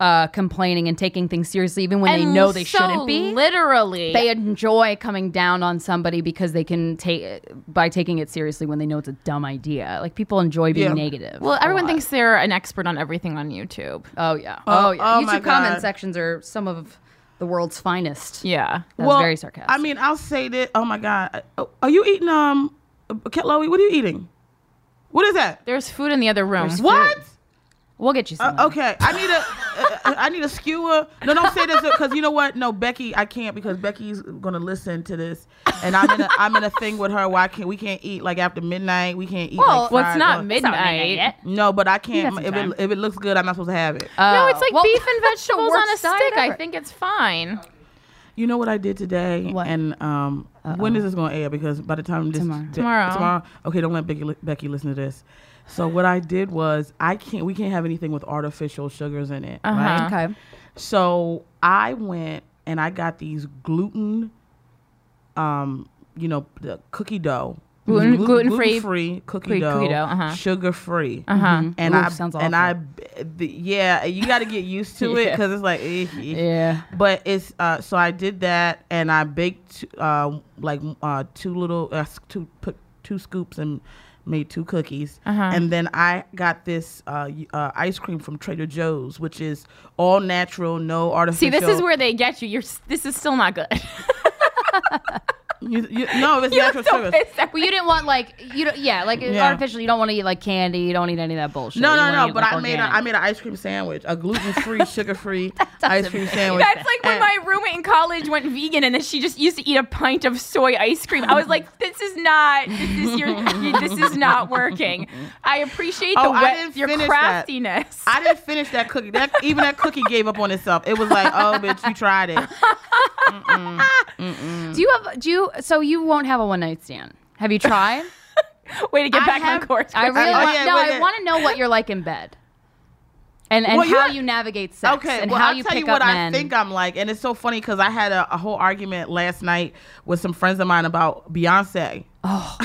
Speaker 3: uh, complaining and taking things seriously, even when they
Speaker 2: and
Speaker 3: know they
Speaker 2: so
Speaker 3: shouldn't be.
Speaker 2: literally
Speaker 3: They enjoy coming down on somebody because they can take by taking it seriously when they know it's a dumb idea. Like people enjoy being
Speaker 6: Yeah.
Speaker 3: negative.
Speaker 2: well
Speaker 3: a
Speaker 2: everyone
Speaker 3: lot.
Speaker 2: thinks they're an expert on everything on youtube
Speaker 3: Oh yeah.
Speaker 6: Oh,
Speaker 3: Oh, yeah.
Speaker 6: oh
Speaker 3: YouTube
Speaker 6: my
Speaker 3: comment
Speaker 6: God.
Speaker 3: sections are some of the world's finest.
Speaker 2: yeah
Speaker 3: That's very sarcastic.
Speaker 6: I mean, I'll say that. Oh my god, Uh, are you eating um, Cat Loey? What are you eating? What is that?
Speaker 2: there's food in the other room
Speaker 6: What?
Speaker 3: we'll get you
Speaker 6: Uh,
Speaker 3: some.
Speaker 6: okay, I need a, uh, I need a skewer. No, don't say this because you know what? No, Becky, I can't because Becky's gonna listen to this, and I'm in a, I'm in a thing with her. Why can't we can't eat like after midnight? We can't eat.
Speaker 3: Well,
Speaker 6: like,
Speaker 2: well it's
Speaker 6: fried
Speaker 2: not
Speaker 6: or-
Speaker 2: midnight,
Speaker 6: No, but I can't.
Speaker 2: got some
Speaker 6: If
Speaker 2: time. Uh,
Speaker 6: it, if it looks good, I'm not supposed to have it.
Speaker 2: no it's like
Speaker 3: Oh. well,
Speaker 2: beef and
Speaker 3: that's the
Speaker 2: vegetables on a
Speaker 3: worst diet
Speaker 2: stick i
Speaker 3: ever. Oh,
Speaker 2: think it's fine
Speaker 6: You know what I did today? And um, when is this going to air? Because by the time this tomorrow,
Speaker 2: Tomorrow.
Speaker 6: tomorrow. Okay, don't let Becky, li- Becky listen to this. So what I did was I can't. We can't have anything with artificial sugars in it,
Speaker 2: Uh-huh.
Speaker 6: right?
Speaker 3: Okay.
Speaker 6: So I went and I got these gluten, um, you know, the cookie dough.
Speaker 2: Gluten- gluten-free-
Speaker 6: gluten free cookie
Speaker 2: free
Speaker 6: dough,
Speaker 2: cookie dough, uh-huh.
Speaker 6: sugar free, and
Speaker 3: Ooh,
Speaker 6: I
Speaker 3: sounds
Speaker 6: and
Speaker 3: awful.
Speaker 6: I, the, yeah, you got to get used to it because it's like, eh, eh.
Speaker 3: Yeah.
Speaker 6: But it's uh, so I did that, and I baked uh, like uh, two little uh, s- two put two scoops and made two cookies,
Speaker 2: Uh-huh.
Speaker 6: and then I got this uh, y- uh, ice cream from Trader Joe's, which is all natural, no
Speaker 2: see
Speaker 6: artificial.
Speaker 2: this is where they get you you're s- this is still not good
Speaker 6: you, you, no, it's natural
Speaker 2: So
Speaker 6: sugars.
Speaker 2: pissed at-
Speaker 3: Well, you didn't want like you don't yeah like
Speaker 6: Yeah.
Speaker 3: artificial. You don't want to eat like candy. You don't eat any of that bullshit.
Speaker 6: No,
Speaker 3: You
Speaker 6: no,
Speaker 3: wanna
Speaker 6: no.
Speaker 3: eat,
Speaker 6: But
Speaker 3: like,
Speaker 6: I made a,
Speaker 3: organic.
Speaker 6: I made an ice cream sandwich, a gluten free, sugar free ice cream sandwich.
Speaker 2: That's like when
Speaker 6: And-
Speaker 2: my roommate in college went vegan, and then she just used to eat a pint of soy ice cream. I was like, "This is not. This is your. you- this is not working." I appreciate the
Speaker 6: Oh, I
Speaker 2: wet-
Speaker 6: didn't
Speaker 2: your
Speaker 6: finish that.
Speaker 2: craftiness.
Speaker 6: I didn't finish that cookie. That even that cookie gave up on itself. It was like, oh, bitch, you tried it.
Speaker 3: Do you have do you so you won't have a one night stand? Have you tried?
Speaker 2: Way to get
Speaker 6: I
Speaker 2: back
Speaker 6: have-
Speaker 2: on course.
Speaker 3: I
Speaker 2: Kristen.
Speaker 3: really
Speaker 6: Oh,
Speaker 3: want,
Speaker 6: yeah,
Speaker 3: no.
Speaker 6: wait a
Speaker 3: I
Speaker 6: minute.
Speaker 3: want to know what you're like in bed, and and
Speaker 6: Well, you
Speaker 3: how
Speaker 6: have-
Speaker 3: you navigate sex,
Speaker 6: Okay,
Speaker 3: and
Speaker 6: well,
Speaker 3: how
Speaker 6: I'll
Speaker 3: you
Speaker 6: tell
Speaker 3: pick
Speaker 6: you what
Speaker 3: up
Speaker 6: I
Speaker 3: men.
Speaker 6: think I'm like, and it's so funny because I had a, a whole argument last night with some friends of mine about Beyonce. Oh,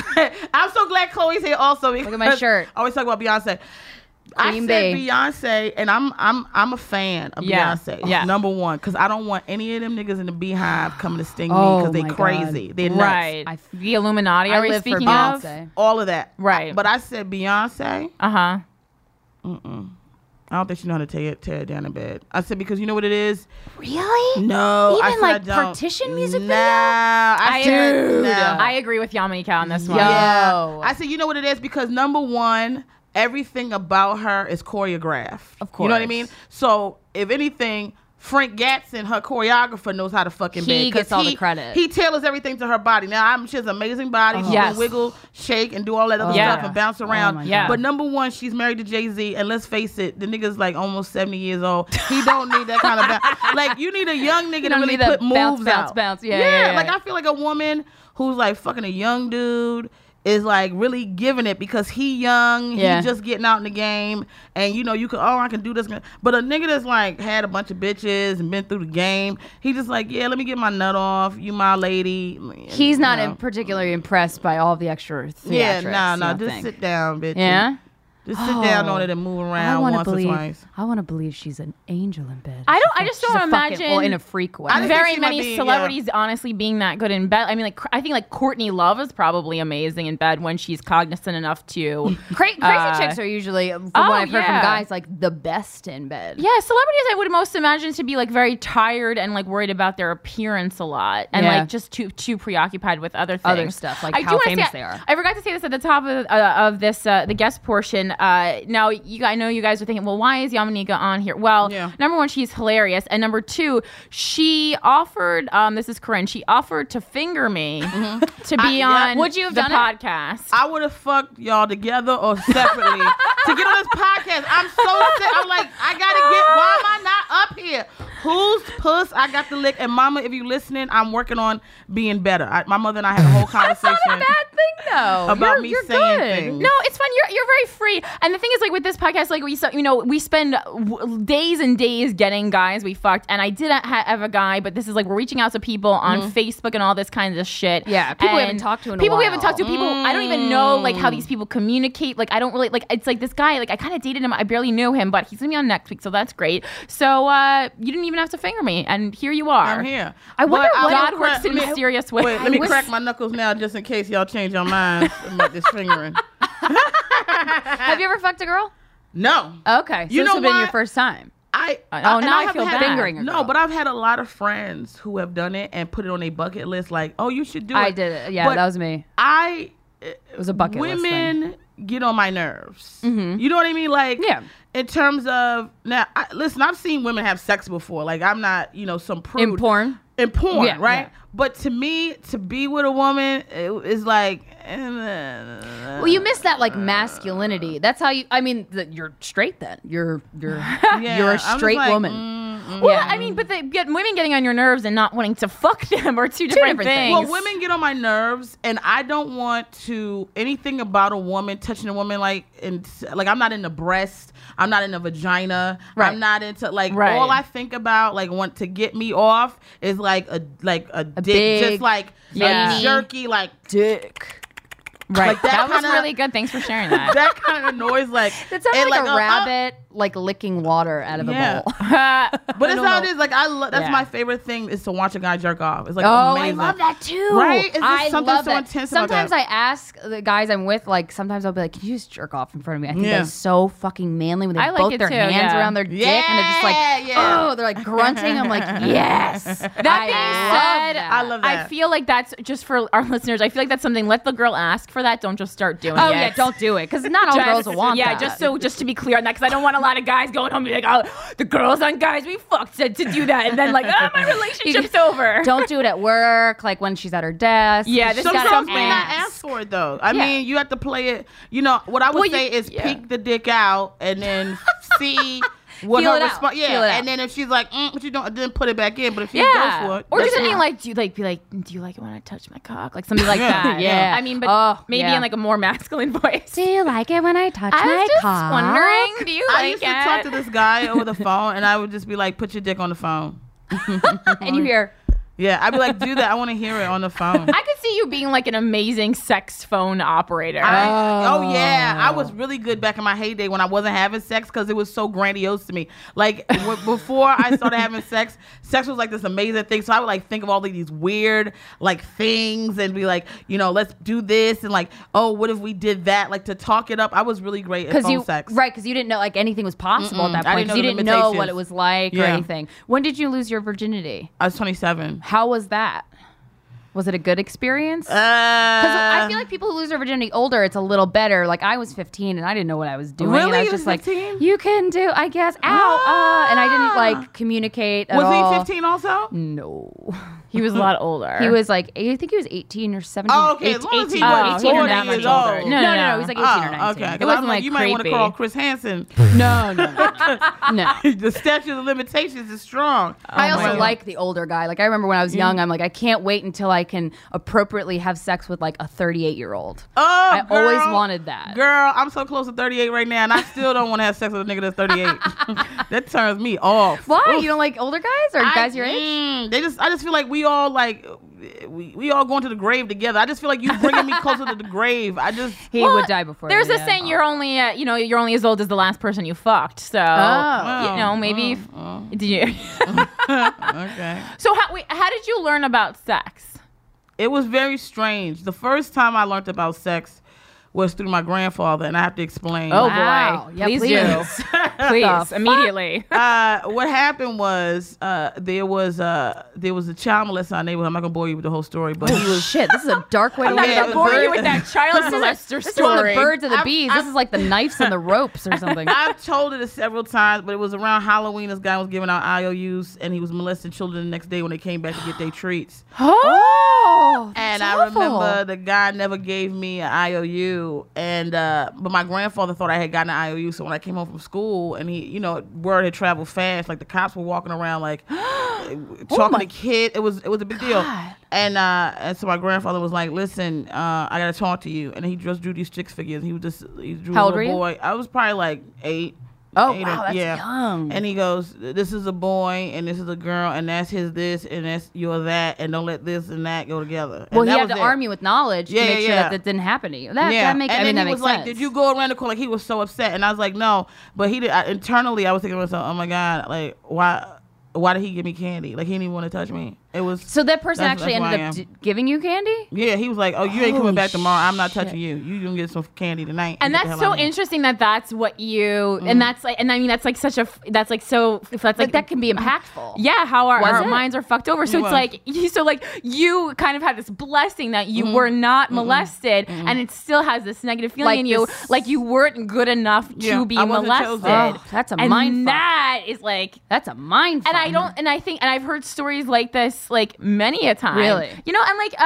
Speaker 6: I'm so glad Chloe's here also. Look
Speaker 3: at my shirt.
Speaker 6: I always talk about Beyonce. I
Speaker 3: Queen
Speaker 6: said
Speaker 3: Bey.
Speaker 6: Beyonce, and I'm I'm I'm a fan of
Speaker 2: Yeah.
Speaker 6: Beyonce.
Speaker 2: Yeah.
Speaker 6: Number one, because I don't want any of them niggas in the beehive coming to sting
Speaker 3: Oh,
Speaker 6: me because
Speaker 3: my
Speaker 6: they crazy.
Speaker 3: God.
Speaker 6: They're nuts.
Speaker 2: Right.
Speaker 3: I-
Speaker 2: the Illuminati
Speaker 3: I
Speaker 2: are we
Speaker 3: live for
Speaker 2: speaking
Speaker 6: Of
Speaker 2: of?
Speaker 3: Beyonce.
Speaker 6: all of that.
Speaker 2: Right.
Speaker 6: But I said Beyonce.
Speaker 2: Uh huh.
Speaker 6: I don't think she know how to tear, tear it down in bed. I said because you know what it is.
Speaker 3: Really?
Speaker 6: No, I
Speaker 3: Even,
Speaker 6: said
Speaker 3: like,
Speaker 6: I don't.
Speaker 3: partition music
Speaker 6: Nah,
Speaker 3: video?
Speaker 6: I, said,
Speaker 2: Dude,
Speaker 6: nah.
Speaker 2: I agree with Yamanika on this one.
Speaker 3: Yeah.
Speaker 6: Yeah.
Speaker 3: Oh.
Speaker 6: I said, you know what it is? Because number one, everything about her is choreographed. Of
Speaker 2: course.
Speaker 6: You know what I mean? So if anything, Frank Gatson, her choreographer, knows how to fucking
Speaker 3: He
Speaker 6: bend, 'cause
Speaker 3: gets all the credit.
Speaker 6: He tailors everything to her body. Now, I'm, she has an amazing body. She
Speaker 2: Yes.
Speaker 6: can wiggle, shake, and do all that other
Speaker 2: Yeah.
Speaker 6: stuff and bounce
Speaker 3: Oh my
Speaker 6: around.
Speaker 3: God.
Speaker 2: Yeah.
Speaker 6: But number one, she's married to Jay Z, and let's face it, the nigga's like almost 70 years old. He don't need that kind of bounce. Like, you need a young nigga to
Speaker 3: don't
Speaker 6: really
Speaker 3: need that
Speaker 6: put
Speaker 3: bounce,
Speaker 6: moves
Speaker 3: bounce,
Speaker 6: out.
Speaker 3: bounce. Yeah,
Speaker 6: yeah,
Speaker 3: yeah, yeah.
Speaker 6: like I I feel like a woman who's like fucking a young dude is like really giving it because he young,
Speaker 3: Yeah.
Speaker 6: he just getting out in the game, and you know you can oh I can do this. But a nigga that's like had a bunch of bitches and been through the game, he just like yeah let me get my nut off. You my lady.
Speaker 3: He's
Speaker 6: You
Speaker 3: not
Speaker 6: know.
Speaker 3: in particularly impressed by all the extra theatrics.
Speaker 6: Yeah, nah,
Speaker 3: I
Speaker 6: nah.
Speaker 3: don't
Speaker 6: Just
Speaker 3: think.
Speaker 6: sit down, bitch.
Speaker 3: Yeah.
Speaker 6: Just sit down
Speaker 3: Oh.
Speaker 6: on it and move
Speaker 3: I
Speaker 6: around
Speaker 3: want to
Speaker 6: once or
Speaker 3: believe.
Speaker 6: twice.
Speaker 3: I want to believe she's an angel in bed.
Speaker 2: I don't. I just
Speaker 3: She's
Speaker 2: don't
Speaker 3: a fucking-
Speaker 2: imagine
Speaker 3: well, in a freak way.
Speaker 6: I just- think
Speaker 2: very
Speaker 6: she might
Speaker 2: many
Speaker 6: be, yeah.
Speaker 2: celebrities honestly being that good in bed. I mean, like I think like Courtney Love is probably amazing in bed when she's cognizant enough to.
Speaker 3: Cra- crazy
Speaker 2: Uh,
Speaker 3: chicks are usually, from
Speaker 2: oh,
Speaker 3: what I've heard
Speaker 2: yeah.
Speaker 3: from guys, like the best in bed.
Speaker 2: yeah, celebrities I would most imagine to be like very tired and like worried about their appearance a lot and
Speaker 3: Yeah.
Speaker 2: like just too too preoccupied with other things.
Speaker 3: Other stuff, like
Speaker 2: I do
Speaker 3: how
Speaker 2: wanna say-
Speaker 3: famous they are.
Speaker 2: I forgot to say this at the top of, uh, of this uh, the guest portion. Uh, now you I know you guys are thinking, well, why is Yamanika on here? Well,
Speaker 6: Yeah.
Speaker 2: number one, she's hilarious, and number two, she offered. Um, this is Corinne. She offered to finger me to be
Speaker 6: I- yeah.
Speaker 2: on.
Speaker 3: Would you have
Speaker 2: the
Speaker 3: done it?
Speaker 2: podcast?
Speaker 6: I would have fucked y'all together or separately to get on this podcast. I'm so sick. I'm like, I gotta get. Why am I not up here? Whose puss I got to lick? And mama, if you listening, I'm working on being better. I, my mother and I had a whole conversation.
Speaker 2: thing though.
Speaker 6: About me saying things.
Speaker 2: No, it's fun. You're you're very free. And the thing is, like with this podcast, like we so, you know we spend w- days and days getting guys we fucked, and I didn't ha- have a guy, but this is like we're reaching out to people on Facebook and all this kind of shit.
Speaker 3: Mm-hmm. Yeah, people we haven't
Speaker 2: And
Speaker 3: talked to in a
Speaker 2: people we haven't
Speaker 3: while.
Speaker 2: talked to. People I don't even know like how these people communicate. Like I don't really like it's like this guy. Like I kind of dated him. I barely knew him, but he's gonna be on next week, so that's great. So uh, you didn't even have to finger me, and here you are.
Speaker 6: I'm here.
Speaker 2: I wonder
Speaker 6: But I
Speaker 2: what
Speaker 6: will
Speaker 2: God
Speaker 6: crack-
Speaker 2: works in
Speaker 6: let me-
Speaker 2: mysterious ways.
Speaker 6: Wait, let me crack my knuckles now, just in case y'all change your minds about this fingering.
Speaker 3: Have you ever fucked a girl?
Speaker 6: No,
Speaker 3: Okay, so
Speaker 6: You
Speaker 3: this
Speaker 6: know
Speaker 3: would have been your
Speaker 6: what?
Speaker 3: first time.
Speaker 6: I
Speaker 2: Uh, Oh,
Speaker 6: I- and
Speaker 2: now I
Speaker 6: haven't
Speaker 2: feel
Speaker 6: had-
Speaker 2: bad.
Speaker 3: Fingering a
Speaker 6: No,
Speaker 3: girl.
Speaker 6: but I've had a lot of friends who have done it and put it on a bucket list. Like, oh, you should do it.
Speaker 3: I did it. Yeah,
Speaker 6: But
Speaker 3: that was me.
Speaker 6: I
Speaker 3: It was a bucket list thing.
Speaker 6: women get on my nerves. You know what I mean? Like,
Speaker 3: Yeah.
Speaker 6: In terms of now, I, listen, I've seen women have sex before. Like, I'm not, you know, some prude
Speaker 3: in porn.
Speaker 6: in porn,
Speaker 3: Yeah,
Speaker 6: right?
Speaker 3: yeah.
Speaker 6: But to me, to be with a woman it, is like, eh, uh,
Speaker 3: Well, you miss that like masculinity. That's how you. I mean, the, you're straight then. You're you're you're
Speaker 6: I'm
Speaker 3: a
Speaker 6: just
Speaker 3: straight
Speaker 6: like,
Speaker 3: woman.
Speaker 6: mm, mm.
Speaker 2: Well, I mean, but the, get women getting on your nerves and not wanting to fuck them are two different,
Speaker 3: different
Speaker 2: things.
Speaker 3: things.
Speaker 6: Well, women get on my nerves, and I don't want to anything about a woman touching a woman like and like I'm not in the breast, I'm not in the vagina,
Speaker 3: Right.
Speaker 6: I'm not into like
Speaker 2: Right.
Speaker 6: all I think about like want to get me off is like a like a, dick,
Speaker 3: big,
Speaker 6: just like
Speaker 2: yeah.
Speaker 6: a jerky like
Speaker 3: Dick.
Speaker 2: right?
Speaker 6: like,
Speaker 2: that
Speaker 6: that
Speaker 2: was
Speaker 6: kinda-
Speaker 2: really good. Thanks for sharing that.
Speaker 6: that kind of noise like
Speaker 3: That sounds
Speaker 6: and,
Speaker 3: like, a
Speaker 6: uh, uh,
Speaker 3: rabbit like licking water out of
Speaker 6: Yeah.
Speaker 3: a bowl.
Speaker 6: but it's how it is. Like I, lo- that's
Speaker 3: Yeah.
Speaker 6: my favorite thing is to watch a guy jerk off. It's like
Speaker 3: Oh,
Speaker 6: amazing.
Speaker 3: I love that too.
Speaker 6: Right? It's just
Speaker 3: I
Speaker 6: something
Speaker 3: love
Speaker 6: so
Speaker 3: that.
Speaker 6: intense about
Speaker 3: Sometimes
Speaker 6: that.
Speaker 3: I ask the guys I'm with, like sometimes I'll be like, "Can you just jerk off in front of me?" I think
Speaker 6: Yeah.
Speaker 3: that's so fucking manly when they
Speaker 2: I
Speaker 3: have
Speaker 2: like
Speaker 3: both
Speaker 2: it
Speaker 3: their
Speaker 2: too,
Speaker 3: hands
Speaker 2: yeah.
Speaker 3: around their dick and they're just
Speaker 6: Yeah,
Speaker 3: like,
Speaker 6: yeah.
Speaker 3: "Oh," they're like grunting. I'm like, "Yes." That
Speaker 2: That being said,
Speaker 6: I love
Speaker 2: I
Speaker 6: that.
Speaker 2: feel like that's just for our listeners. I feel like that's something. Let the girl ask for that. Don't just start doing.
Speaker 3: Oh
Speaker 2: it.
Speaker 3: yeah, don't do it because not all
Speaker 2: Just-
Speaker 3: girls will want
Speaker 2: yeah,
Speaker 3: that.
Speaker 2: just so just to be clear on that, because I don't want a lot of guys going home and be like, "Oh, the girls on guys, we fucked to, to do that," and then like, "Oh, my relationship's over."
Speaker 3: don't do it at work, like when she's at her desk.
Speaker 2: Yeah,
Speaker 3: She's
Speaker 2: this
Speaker 3: got
Speaker 2: gotta
Speaker 6: Sometimes
Speaker 3: an
Speaker 6: may not
Speaker 3: ass.
Speaker 6: ask for it though. I
Speaker 2: Yeah.
Speaker 6: mean, you have to play it. You know what I would
Speaker 2: Well, you-
Speaker 6: say is
Speaker 2: yeah.
Speaker 6: peek the dick out and then see what
Speaker 3: Feel
Speaker 6: her
Speaker 3: it out.
Speaker 6: response. Yeah,
Speaker 3: Feel it out.
Speaker 6: and then if she's like, mm, "What you don't," then put it back in. But if she
Speaker 2: Yeah,
Speaker 6: goes for it,
Speaker 2: or
Speaker 6: that's
Speaker 2: just
Speaker 6: it.
Speaker 2: being like, do you like be like, do you like it when I touch my cock, like something like
Speaker 6: Yeah,
Speaker 2: that?
Speaker 3: yeah.
Speaker 2: I mean, but
Speaker 3: Oh,
Speaker 2: maybe
Speaker 3: yeah.
Speaker 2: in like a more masculine voice.
Speaker 3: Do you like it when I touch
Speaker 2: I
Speaker 3: my
Speaker 2: was just
Speaker 3: cock?
Speaker 2: wondering, do you like
Speaker 6: I used
Speaker 2: it?
Speaker 6: to talk to this guy over the phone, and I would just be like, "Put your dick on the phone."
Speaker 3: And you hear,
Speaker 6: Yeah, I'd be like, do that. I want to hear it on the phone.
Speaker 2: I could see you being like an amazing sex phone operator.
Speaker 6: I- oh. yeah, I was really good back in my heyday when I wasn't having sex because it was so grandiose to me. Like w- before I started having sex, sex was like this amazing thing. So I would like think of all these weird like things and be like, you know, let's do this and like, oh, what if we did that? Like to talk it up. I was really great at
Speaker 3: because
Speaker 6: phone
Speaker 3: you
Speaker 6: sex.
Speaker 3: right because you didn't know like anything was possible at that
Speaker 6: I
Speaker 3: point. 'cause
Speaker 6: didn't know
Speaker 3: you
Speaker 6: the
Speaker 3: didn't know what
Speaker 6: limitations.
Speaker 3: it was like or
Speaker 6: Yeah.
Speaker 3: anything. When did you lose your virginity?
Speaker 6: I was 27.
Speaker 3: How was that? Was it a good experience?
Speaker 6: Uh,
Speaker 3: Because I feel like people who lose their virginity older, it's a little better. Like I was 15 and I didn't know what I was doing. and
Speaker 6: Really?
Speaker 3: I was
Speaker 6: You
Speaker 3: just
Speaker 6: were
Speaker 3: like,
Speaker 6: 15?
Speaker 3: you can do, I guess. Ow, uh, and I didn't like communicate at
Speaker 6: Ah. Uh, was
Speaker 3: all.
Speaker 6: he 15
Speaker 3: Mm,
Speaker 6: also?
Speaker 3: No,
Speaker 2: He was a lot older.
Speaker 3: he was like, I think he was 18 or 17.
Speaker 6: Oh, okay, as
Speaker 3: 18,
Speaker 6: long as he
Speaker 3: 18
Speaker 6: wasn't
Speaker 3: or 18 or
Speaker 6: 40
Speaker 3: that
Speaker 6: years
Speaker 3: much older.
Speaker 6: old.
Speaker 3: No, no, no, he was like 18 or
Speaker 6: Oh,
Speaker 3: 19.
Speaker 2: It
Speaker 6: okay. Because
Speaker 2: wasn't,
Speaker 6: I'm like,
Speaker 2: like,
Speaker 6: you might want to
Speaker 2: creepy.
Speaker 6: call Chris Hansen.
Speaker 3: No, no, no, no.
Speaker 6: the statute of limitations is strong. Oh,
Speaker 3: I
Speaker 6: my
Speaker 3: also
Speaker 6: God.
Speaker 3: like the older guy. Like I remember when I was young, I'm like, I can't wait until I can appropriately have sex with like a 38 year old.
Speaker 6: Oh,
Speaker 3: I always
Speaker 6: girl.
Speaker 3: wanted that.
Speaker 6: Girl, I'm so close to 38 right now, and I still don't want to have sex with a nigga that's 38. that turns me off.
Speaker 3: Why? You don't like older guys or
Speaker 6: I-
Speaker 3: guys your age?
Speaker 6: mm, they just, I just feel like we all like, we, we all going to the grave together. I just feel like you bringing me closer to the grave. I just,
Speaker 3: He
Speaker 2: Well,
Speaker 3: would die before.
Speaker 2: There's
Speaker 3: you,
Speaker 2: a
Speaker 3: yeah.
Speaker 2: saying you're only uh, you know you're only as old as the last person you fucked. So
Speaker 3: Oh.
Speaker 2: you know maybe if-
Speaker 6: Oh,
Speaker 2: did you?
Speaker 6: okay.
Speaker 2: so how wait, how did you learn about sex?
Speaker 6: It was very strange. The first time I learned about sex was through my grandfather, and I have to explain.
Speaker 2: Oh
Speaker 3: Wow.
Speaker 2: boy!
Speaker 3: Yeah,
Speaker 2: please,
Speaker 3: please.
Speaker 2: do. please immediately.
Speaker 6: uh, what happened was uh, there was uh, there was a child molester in our neighborhood. I'm not gonna bore you with the whole story, but he
Speaker 3: Oh,
Speaker 6: was
Speaker 3: shit, this is a dark way to
Speaker 6: not
Speaker 3: learn
Speaker 6: gonna
Speaker 3: about the
Speaker 6: bore you
Speaker 3: bird.
Speaker 6: with
Speaker 2: that child molester
Speaker 3: This is on the birds and the bees. this is like the knives and the ropes or something.
Speaker 6: I've told it several times, but it was around Halloween. This guy was giving out IOUs, and he was molesting children the next day when they came back to get their treats.
Speaker 3: Oh,
Speaker 6: And
Speaker 3: that's
Speaker 6: I
Speaker 3: awful.
Speaker 6: remember the guy never gave me an IOU, and uh, but my grandfather thought I had gotten an IOU. So when I came home from school, and he, you know, word had traveled fast. Like the cops were walking around, like talking
Speaker 3: Oh my-
Speaker 6: to kid. It was it was a big deal. And uh, and so my grandfather was like, "Listen, uh, I gotta talk to you." And he just drew these six figures. He was just he drew
Speaker 3: How
Speaker 6: a
Speaker 3: old
Speaker 6: little
Speaker 3: were
Speaker 6: boy. I was probably like eight.
Speaker 3: Oh,
Speaker 6: eight
Speaker 3: wow, that's young.
Speaker 6: And he goes, "This is a boy, and this is a girl, and that's his this, and that's your that, and don't let this and that go together." And
Speaker 3: Well, he
Speaker 6: that
Speaker 3: had to
Speaker 6: was it.
Speaker 3: arm you with knowledge
Speaker 6: Yeah,
Speaker 3: to make
Speaker 6: yeah,
Speaker 3: sure
Speaker 6: yeah.
Speaker 3: that that didn't happen to you. That,
Speaker 6: yeah,
Speaker 3: that make,
Speaker 6: and
Speaker 3: I mean,
Speaker 6: then
Speaker 3: that
Speaker 6: he
Speaker 3: makes
Speaker 6: was
Speaker 3: sense.
Speaker 6: like, "Did you go around the corner?" Like he was so upset, and I was like, "No," but he did. I, internally, I was thinking to myself, "Oh my god, like why, why did he give me candy? Like he didn't even want to touch me. It was
Speaker 3: So that person
Speaker 6: That's-
Speaker 3: actually
Speaker 6: that's who
Speaker 3: ended
Speaker 6: I
Speaker 3: up
Speaker 6: am.
Speaker 3: d- giving you candy?
Speaker 6: yeah." He was like, "Oh, you ain't
Speaker 3: Holy
Speaker 6: coming back tomorrow. I'm not
Speaker 3: shit.
Speaker 6: touching you. You gonna get some candy tonight."
Speaker 2: and
Speaker 6: get
Speaker 2: that's
Speaker 6: the hell
Speaker 2: so
Speaker 6: out of here."
Speaker 2: interesting that that's what you and that's like and I mean that's like such a f- that's like so that's like,
Speaker 3: Like Mm. that can be impactful.
Speaker 2: Yeah, how our,
Speaker 3: Was
Speaker 2: our
Speaker 3: it?
Speaker 2: minds are fucked over. So
Speaker 6: It
Speaker 2: it's
Speaker 6: was.
Speaker 2: like you so like you kind of had this blessing that
Speaker 3: Mm.
Speaker 2: you were not molested and it still has this negative feeling
Speaker 3: Like
Speaker 2: in you
Speaker 3: this-
Speaker 2: like you weren't good enough
Speaker 6: Yeah,
Speaker 2: to be
Speaker 6: I wasn't
Speaker 2: molested.
Speaker 6: chosen.
Speaker 3: Oh, that's a
Speaker 2: and
Speaker 3: mind fuck.
Speaker 2: that is like
Speaker 3: That's a mind.
Speaker 2: and I
Speaker 3: fuck.
Speaker 2: don't, and I think, and I've heard stories like this, like many a time.
Speaker 3: Really?
Speaker 2: you know, and like, uh,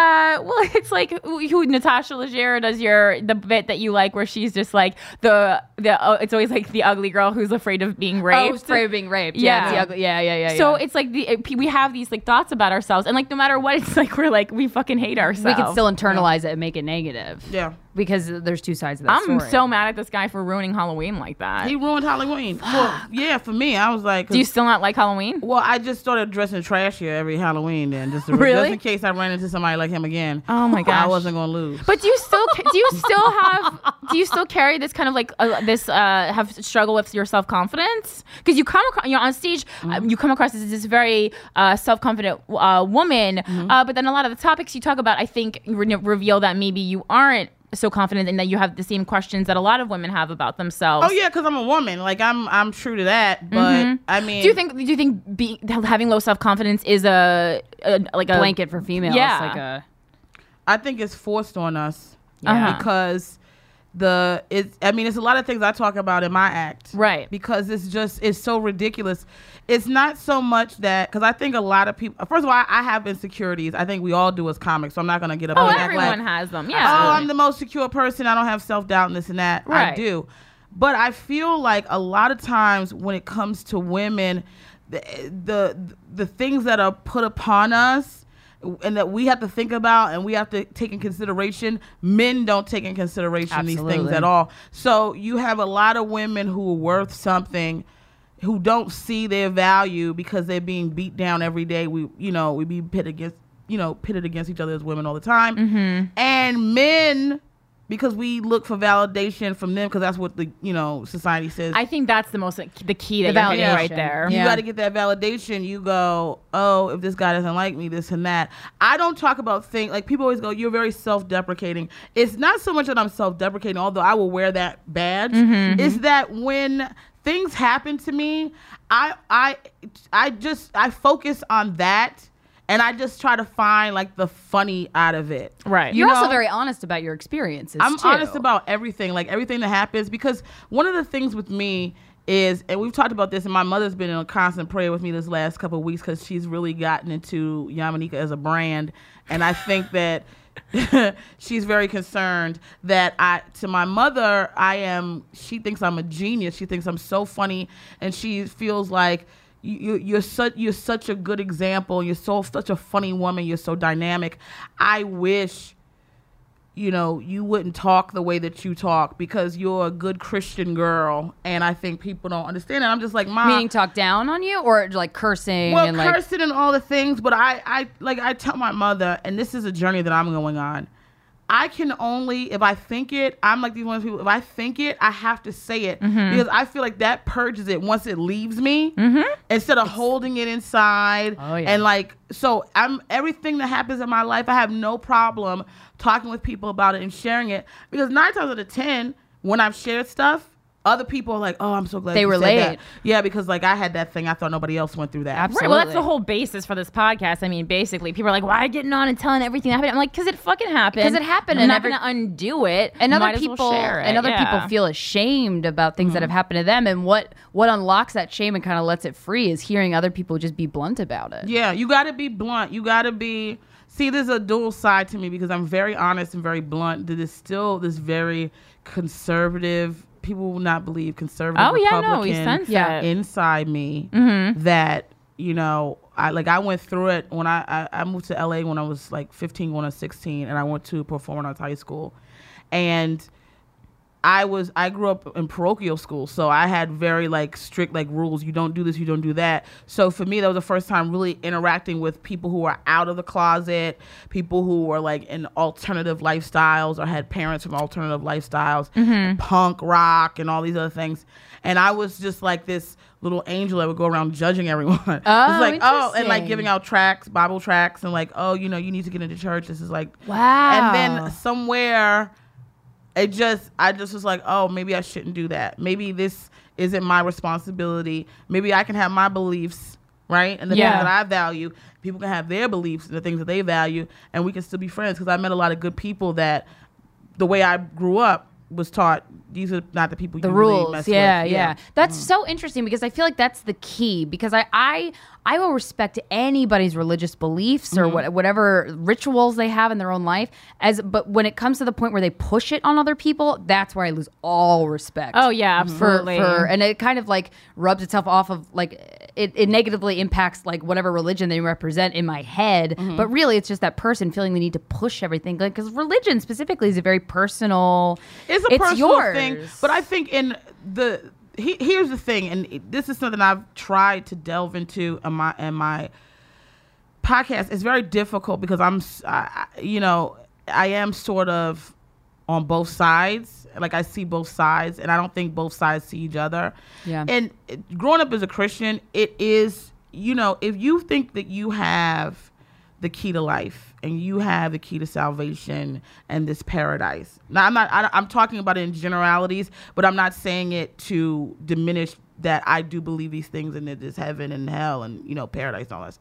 Speaker 2: well, it's like who who Natasha Leggero does your the bit that you like, where she's just like the the. Oh, it's always like the ugly girl who's afraid of being
Speaker 3: Oh,
Speaker 2: raped.
Speaker 3: it's afraid of being raped. Yeah,
Speaker 2: Yeah.
Speaker 3: it's the ugly- yeah, yeah, yeah, yeah.
Speaker 2: so it's like the it, we have these like thoughts about ourselves, and like no matter what, it's like we're like we fucking hate ourselves.
Speaker 3: we can still internalize it and make it negative.
Speaker 6: Yeah.
Speaker 3: because there's two sides of that
Speaker 2: I'm
Speaker 3: story.
Speaker 2: so mad at this guy for ruining Halloween like that.
Speaker 6: He ruined Halloween. Well, yeah, for me, I was like,
Speaker 2: Do you still not like Halloween?
Speaker 6: Well, I just started dressing trashier every Halloween then, just, to,
Speaker 2: Really?
Speaker 6: just in case I ran into somebody like him again.
Speaker 2: Oh my gosh.
Speaker 6: I wasn't gonna lose.
Speaker 2: But do you still ca- do you still have do you still carry this kind of like uh, this uh, have struggle with your self confidence because you come across you know on stage
Speaker 6: Mm-hmm.
Speaker 2: um, you come across as this very uh, self confident uh, woman
Speaker 6: Mm-hmm.
Speaker 2: uh, but then a lot of the topics you talk about I think re- reveal that maybe you aren't so confident and that you have the same questions that a lot of women have about themselves.
Speaker 6: oh yeah, because I'm a woman. Like I'm, I'm true to that. But I
Speaker 2: Mm-hmm.
Speaker 6: mean,
Speaker 2: Do you think do you think be, having low self confidence is a, a like a
Speaker 3: blanket for females.
Speaker 2: Yeah.
Speaker 3: like a
Speaker 6: I think it's forced on us
Speaker 2: Uh-huh.
Speaker 6: because the it's. I mean, it's a lot of things I talk about in my act,
Speaker 2: Right.
Speaker 6: Because it's just it's so ridiculous. It's not so much that because I think a lot of people. First of all, I, I have insecurities. I think we all do as comics. So I'm not gonna get up.
Speaker 2: Oh,
Speaker 6: and act
Speaker 2: everyone
Speaker 6: like,
Speaker 2: has them.
Speaker 6: oh,
Speaker 2: Yeah.
Speaker 6: I'm the most secure person. I don't have self doubt and this and that. I
Speaker 2: Right.
Speaker 6: do. But I feel like a lot of times when it comes to women, the the, the things that are put upon us and that we have to think about and we have to take in consideration men don't take in consideration these
Speaker 3: Absolutely.
Speaker 6: things at all so you have a lot of women who are worth something who don't see their value because they're being beat down every day. We, you know, we be pit against, you know, pitted against each other as women all the time,
Speaker 2: Mm-hmm.
Speaker 6: and men because we look for validation from them because that's what the you know society says.
Speaker 2: I think that's the most the key that
Speaker 3: The
Speaker 2: you're hitting right
Speaker 3: validation.
Speaker 2: there.
Speaker 6: You
Speaker 7: Yeah.
Speaker 6: got to get that validation. You go, oh, if this guy doesn't like me, this and that. I don't talk about things like people always go, you're very self deprecating. It's not so much that I'm self deprecating, although I will wear that badge. It's that when things happen to me, I I I just I focus on that. And I just try to find like the funny out of it.
Speaker 2: Right.
Speaker 3: You're
Speaker 6: You
Speaker 3: also
Speaker 6: know?
Speaker 3: very honest about your experiences.
Speaker 6: I'm
Speaker 3: too.
Speaker 6: honest about everything, like everything that happens, because one of the things with me is, and we've talked about this, and my mother's been in a constant prayer with me this last couple of weeks because she's really gotten into Yamanika as a brand, and I think that she's very concerned that I, to my mother, I am. She thinks I'm a genius. She thinks I'm so funny, and she feels like you, you- you're such you're such a good example. You're so such a funny woman. You're so dynamic. I wish you know, you wouldn't talk the way that you talk because you're a good Christian girl, and I think people don't understand it. I'm just like, mom,
Speaker 3: meaning talk down on you or like cursing
Speaker 6: well,
Speaker 3: and like
Speaker 6: cursing and all the things, but I, I, like, I tell my mother, and this is a journey that I'm going on. I can only, if I think it, I'm like these one of those people. If I think it, I have to say it
Speaker 3: Mm-hmm.
Speaker 6: because I feel like that purges it once it leaves me, instead of holding it inside.
Speaker 3: Oh, yeah.
Speaker 6: And like, so I'm everything that happens in my life, I have no problem talking with people about it and sharing it because nine times out of ten, when I've shared stuff. Other people are like, oh, I'm so glad
Speaker 3: They
Speaker 6: you said that."
Speaker 3: relate.
Speaker 6: Yeah, because like I had that thing. I thought nobody else went through that.
Speaker 2: Right. Well, that's the
Speaker 3: Absolutely.
Speaker 2: whole basis for this podcast. I mean, basically, people are like, "Why getting on and telling everything that happened?" I'm like, "Cause it fucking happened.
Speaker 3: 'Cause it happened
Speaker 2: I'm
Speaker 3: and
Speaker 2: not
Speaker 3: every-
Speaker 2: gonna undo it."
Speaker 3: and
Speaker 2: Might
Speaker 3: other
Speaker 2: as well
Speaker 3: people
Speaker 2: share it.
Speaker 3: and other
Speaker 2: Yeah.
Speaker 3: people feel ashamed about things that have happened to them and what what unlocks that shame and kind of lets it free is hearing other people just be blunt about it.
Speaker 6: Yeah, you got to be blunt. You got to be. See, there's a dual side to me because I'm very honest and very blunt. There is still this very conservative. People will not believe conservative.
Speaker 2: Oh, yeah, no, we
Speaker 6: Republican
Speaker 2: sense
Speaker 3: Yeah.
Speaker 2: it.
Speaker 6: inside me
Speaker 2: Mm-hmm.
Speaker 6: that you know I like I went through it when I, I I moved to LA when I was like 15 when I was 16 and I went to performing arts high school and I was I grew up in parochial school so I had very like strict like rules you don't do this you don't do that so for me that was the first time really interacting with people who are out of the closet people who were like in alternative lifestyles or had parents from alternative lifestyles
Speaker 3: Mm-hmm.
Speaker 6: punk rock and all these other things and I was just like this little angel that would go around judging everyone. Oh, it's like oh, and like
Speaker 3: interesting.
Speaker 6: giving out tracts, Bible tracts, and like oh, you know, you need to get into church. This is like
Speaker 3: Wow.
Speaker 6: And then somewhere, it just I just was like oh, maybe I shouldn't do that. Maybe this isn't my responsibility. Maybe I can have my beliefs. Right and the
Speaker 2: Yeah.
Speaker 6: things that I value, people can have their beliefs and the things that they value, and we can still be friends. Because I met a lot of good people that, the way I grew up was taught, these are not the people
Speaker 3: the
Speaker 6: you
Speaker 3: rules.
Speaker 6: Really mess
Speaker 3: yeah,
Speaker 6: with. Mm.
Speaker 3: yeah, That's so interesting because I feel like that's the key because I I, I will respect anybody's religious beliefs
Speaker 6: Mm-hmm.
Speaker 3: or what, whatever rituals they have in their own life as but when it comes to the point where they push it on other people, that's where I lose all respect. Mm-hmm.
Speaker 2: Oh, yeah,
Speaker 3: for-
Speaker 2: absolutely.
Speaker 3: For, and it kind of like rubs itself off of like it, it negatively impacts like whatever religion they represent in my head.
Speaker 6: Mm-hmm.
Speaker 3: But really it's just that person feeling the need to push everything like cuz religion specifically is a very personal
Speaker 6: it's a personal
Speaker 3: yours.
Speaker 6: thing. But I think in the he, here's the thing, and it- this is something I've tried to delve into in my in my podcast. It's very difficult because I'm, s- I- I- you know, I am sort of on both sides. Like I see both sides, and I don't think both sides see each other.
Speaker 3: Yeah.
Speaker 6: And it- growing up as a Christian, it is you know if you think that you have the key to life and you have the key to salvation and this paradise. Now I'm not I, I'm talking about it in generalities, but I'm not saying it to diminish that I do believe these things and that there's heaven and hell and you know paradise and all that.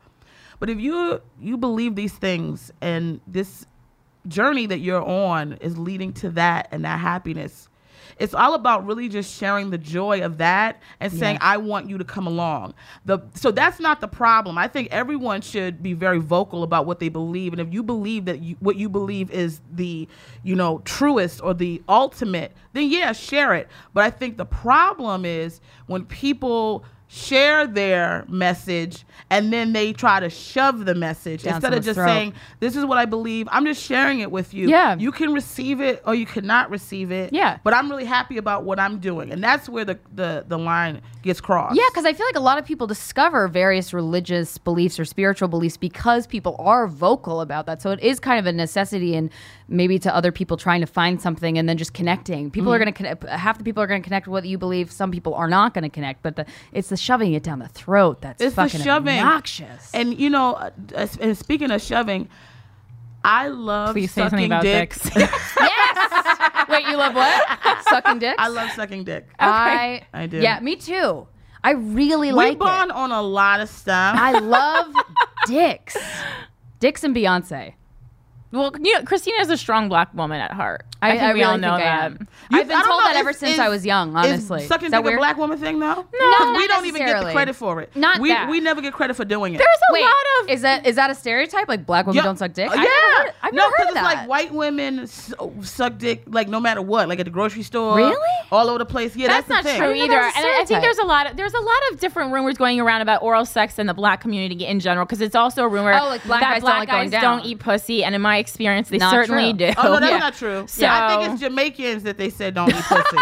Speaker 6: But if you you believe these things and this journey that you're on is leading to that and that happiness. It's all about really just sharing the joy of that and saying, "I want you to come along." The so that's not the problem. I think everyone should be very vocal about what they believe, and if you believe that you, what you believe is the, you know, truest or the ultimate, then yeah, share it. But I think the problem is when people share their message, and then they try to shove the message
Speaker 3: Down
Speaker 6: instead of
Speaker 3: someone's
Speaker 6: just
Speaker 3: throat.
Speaker 6: saying, "This is what I believe." I'm just sharing it with you.
Speaker 3: Yeah.
Speaker 6: you can receive it or you cannot receive it.
Speaker 3: Yeah.
Speaker 6: but I'm really happy about what I'm doing, and that's where the the, the line gets crossed.
Speaker 3: Yeah, because I feel like a lot of people discover various religious beliefs or spiritual beliefs because people are vocal about that. So it is kind of a necessity, and maybe to other people trying to find something and then just connecting. People are
Speaker 6: Mm-hmm.
Speaker 3: going to connect. Half the people are going to connect with what you believe. Some people are not going to connect. But the, it's the shoving it down the throat that's
Speaker 6: It's the
Speaker 3: fucking
Speaker 6: shoving.
Speaker 3: obnoxious.
Speaker 6: And you know, uh, uh, and speaking of shoving, I love
Speaker 2: Please say
Speaker 6: sucking
Speaker 2: something about
Speaker 6: dick.
Speaker 2: dicks.
Speaker 3: yes. Wait, you love what? Sucking dicks.
Speaker 6: I love sucking dick.
Speaker 3: I,
Speaker 6: I do.
Speaker 3: Yeah, me too. I really
Speaker 6: we
Speaker 3: like it.
Speaker 6: bond on a lot of stuff.
Speaker 3: I love dicks. Dicks and Beyonce.
Speaker 2: well, you know, Christina is a strong black woman at heart. I, think we all know that.
Speaker 6: You-
Speaker 3: I've been
Speaker 6: I don't
Speaker 3: told
Speaker 6: know,
Speaker 3: that ever
Speaker 6: is-
Speaker 3: since
Speaker 6: is-
Speaker 3: I was young, honestly.
Speaker 6: Is sucking
Speaker 3: Is
Speaker 6: dick
Speaker 3: that
Speaker 6: a
Speaker 3: weird?
Speaker 6: black woman thing though? No,
Speaker 3: not
Speaker 6: we don't even get the
Speaker 3: necessarily.
Speaker 6: credit for it.
Speaker 3: Not
Speaker 6: we
Speaker 3: that.
Speaker 6: we never get credit for doing it.
Speaker 2: There's a
Speaker 3: Wait,
Speaker 2: lot of
Speaker 3: is that is that a stereotype? Like black women
Speaker 6: Yeah. Oh, Uh,
Speaker 3: don't suck dick? I've
Speaker 6: Yeah,
Speaker 3: never heard, I've
Speaker 6: no,
Speaker 3: never heard of
Speaker 6: it's
Speaker 3: that.
Speaker 6: like white women s- suck dick like no matter what, like at the grocery store,
Speaker 3: Really?
Speaker 6: all over the place. Yeah, that's,
Speaker 2: that's,
Speaker 6: the
Speaker 2: not
Speaker 6: thing.
Speaker 2: true
Speaker 3: didn't
Speaker 2: either.
Speaker 3: know that was
Speaker 2: And
Speaker 3: a
Speaker 2: I think
Speaker 3: stereotype.
Speaker 2: there's a lot of there's a lot of different rumors going around about oral sex in the black community in general because it's also a rumor
Speaker 3: Oh, like black
Speaker 2: that
Speaker 3: guys don't
Speaker 2: black
Speaker 3: like
Speaker 2: guys
Speaker 3: going down.
Speaker 2: don't eat pussy, and in my experience, they
Speaker 3: Not
Speaker 2: certainly
Speaker 3: true.
Speaker 2: do.
Speaker 6: Oh no, that's
Speaker 2: Yeah.
Speaker 6: not true.
Speaker 2: So-
Speaker 6: I think it's Jamaicans that they said don't eat pussy.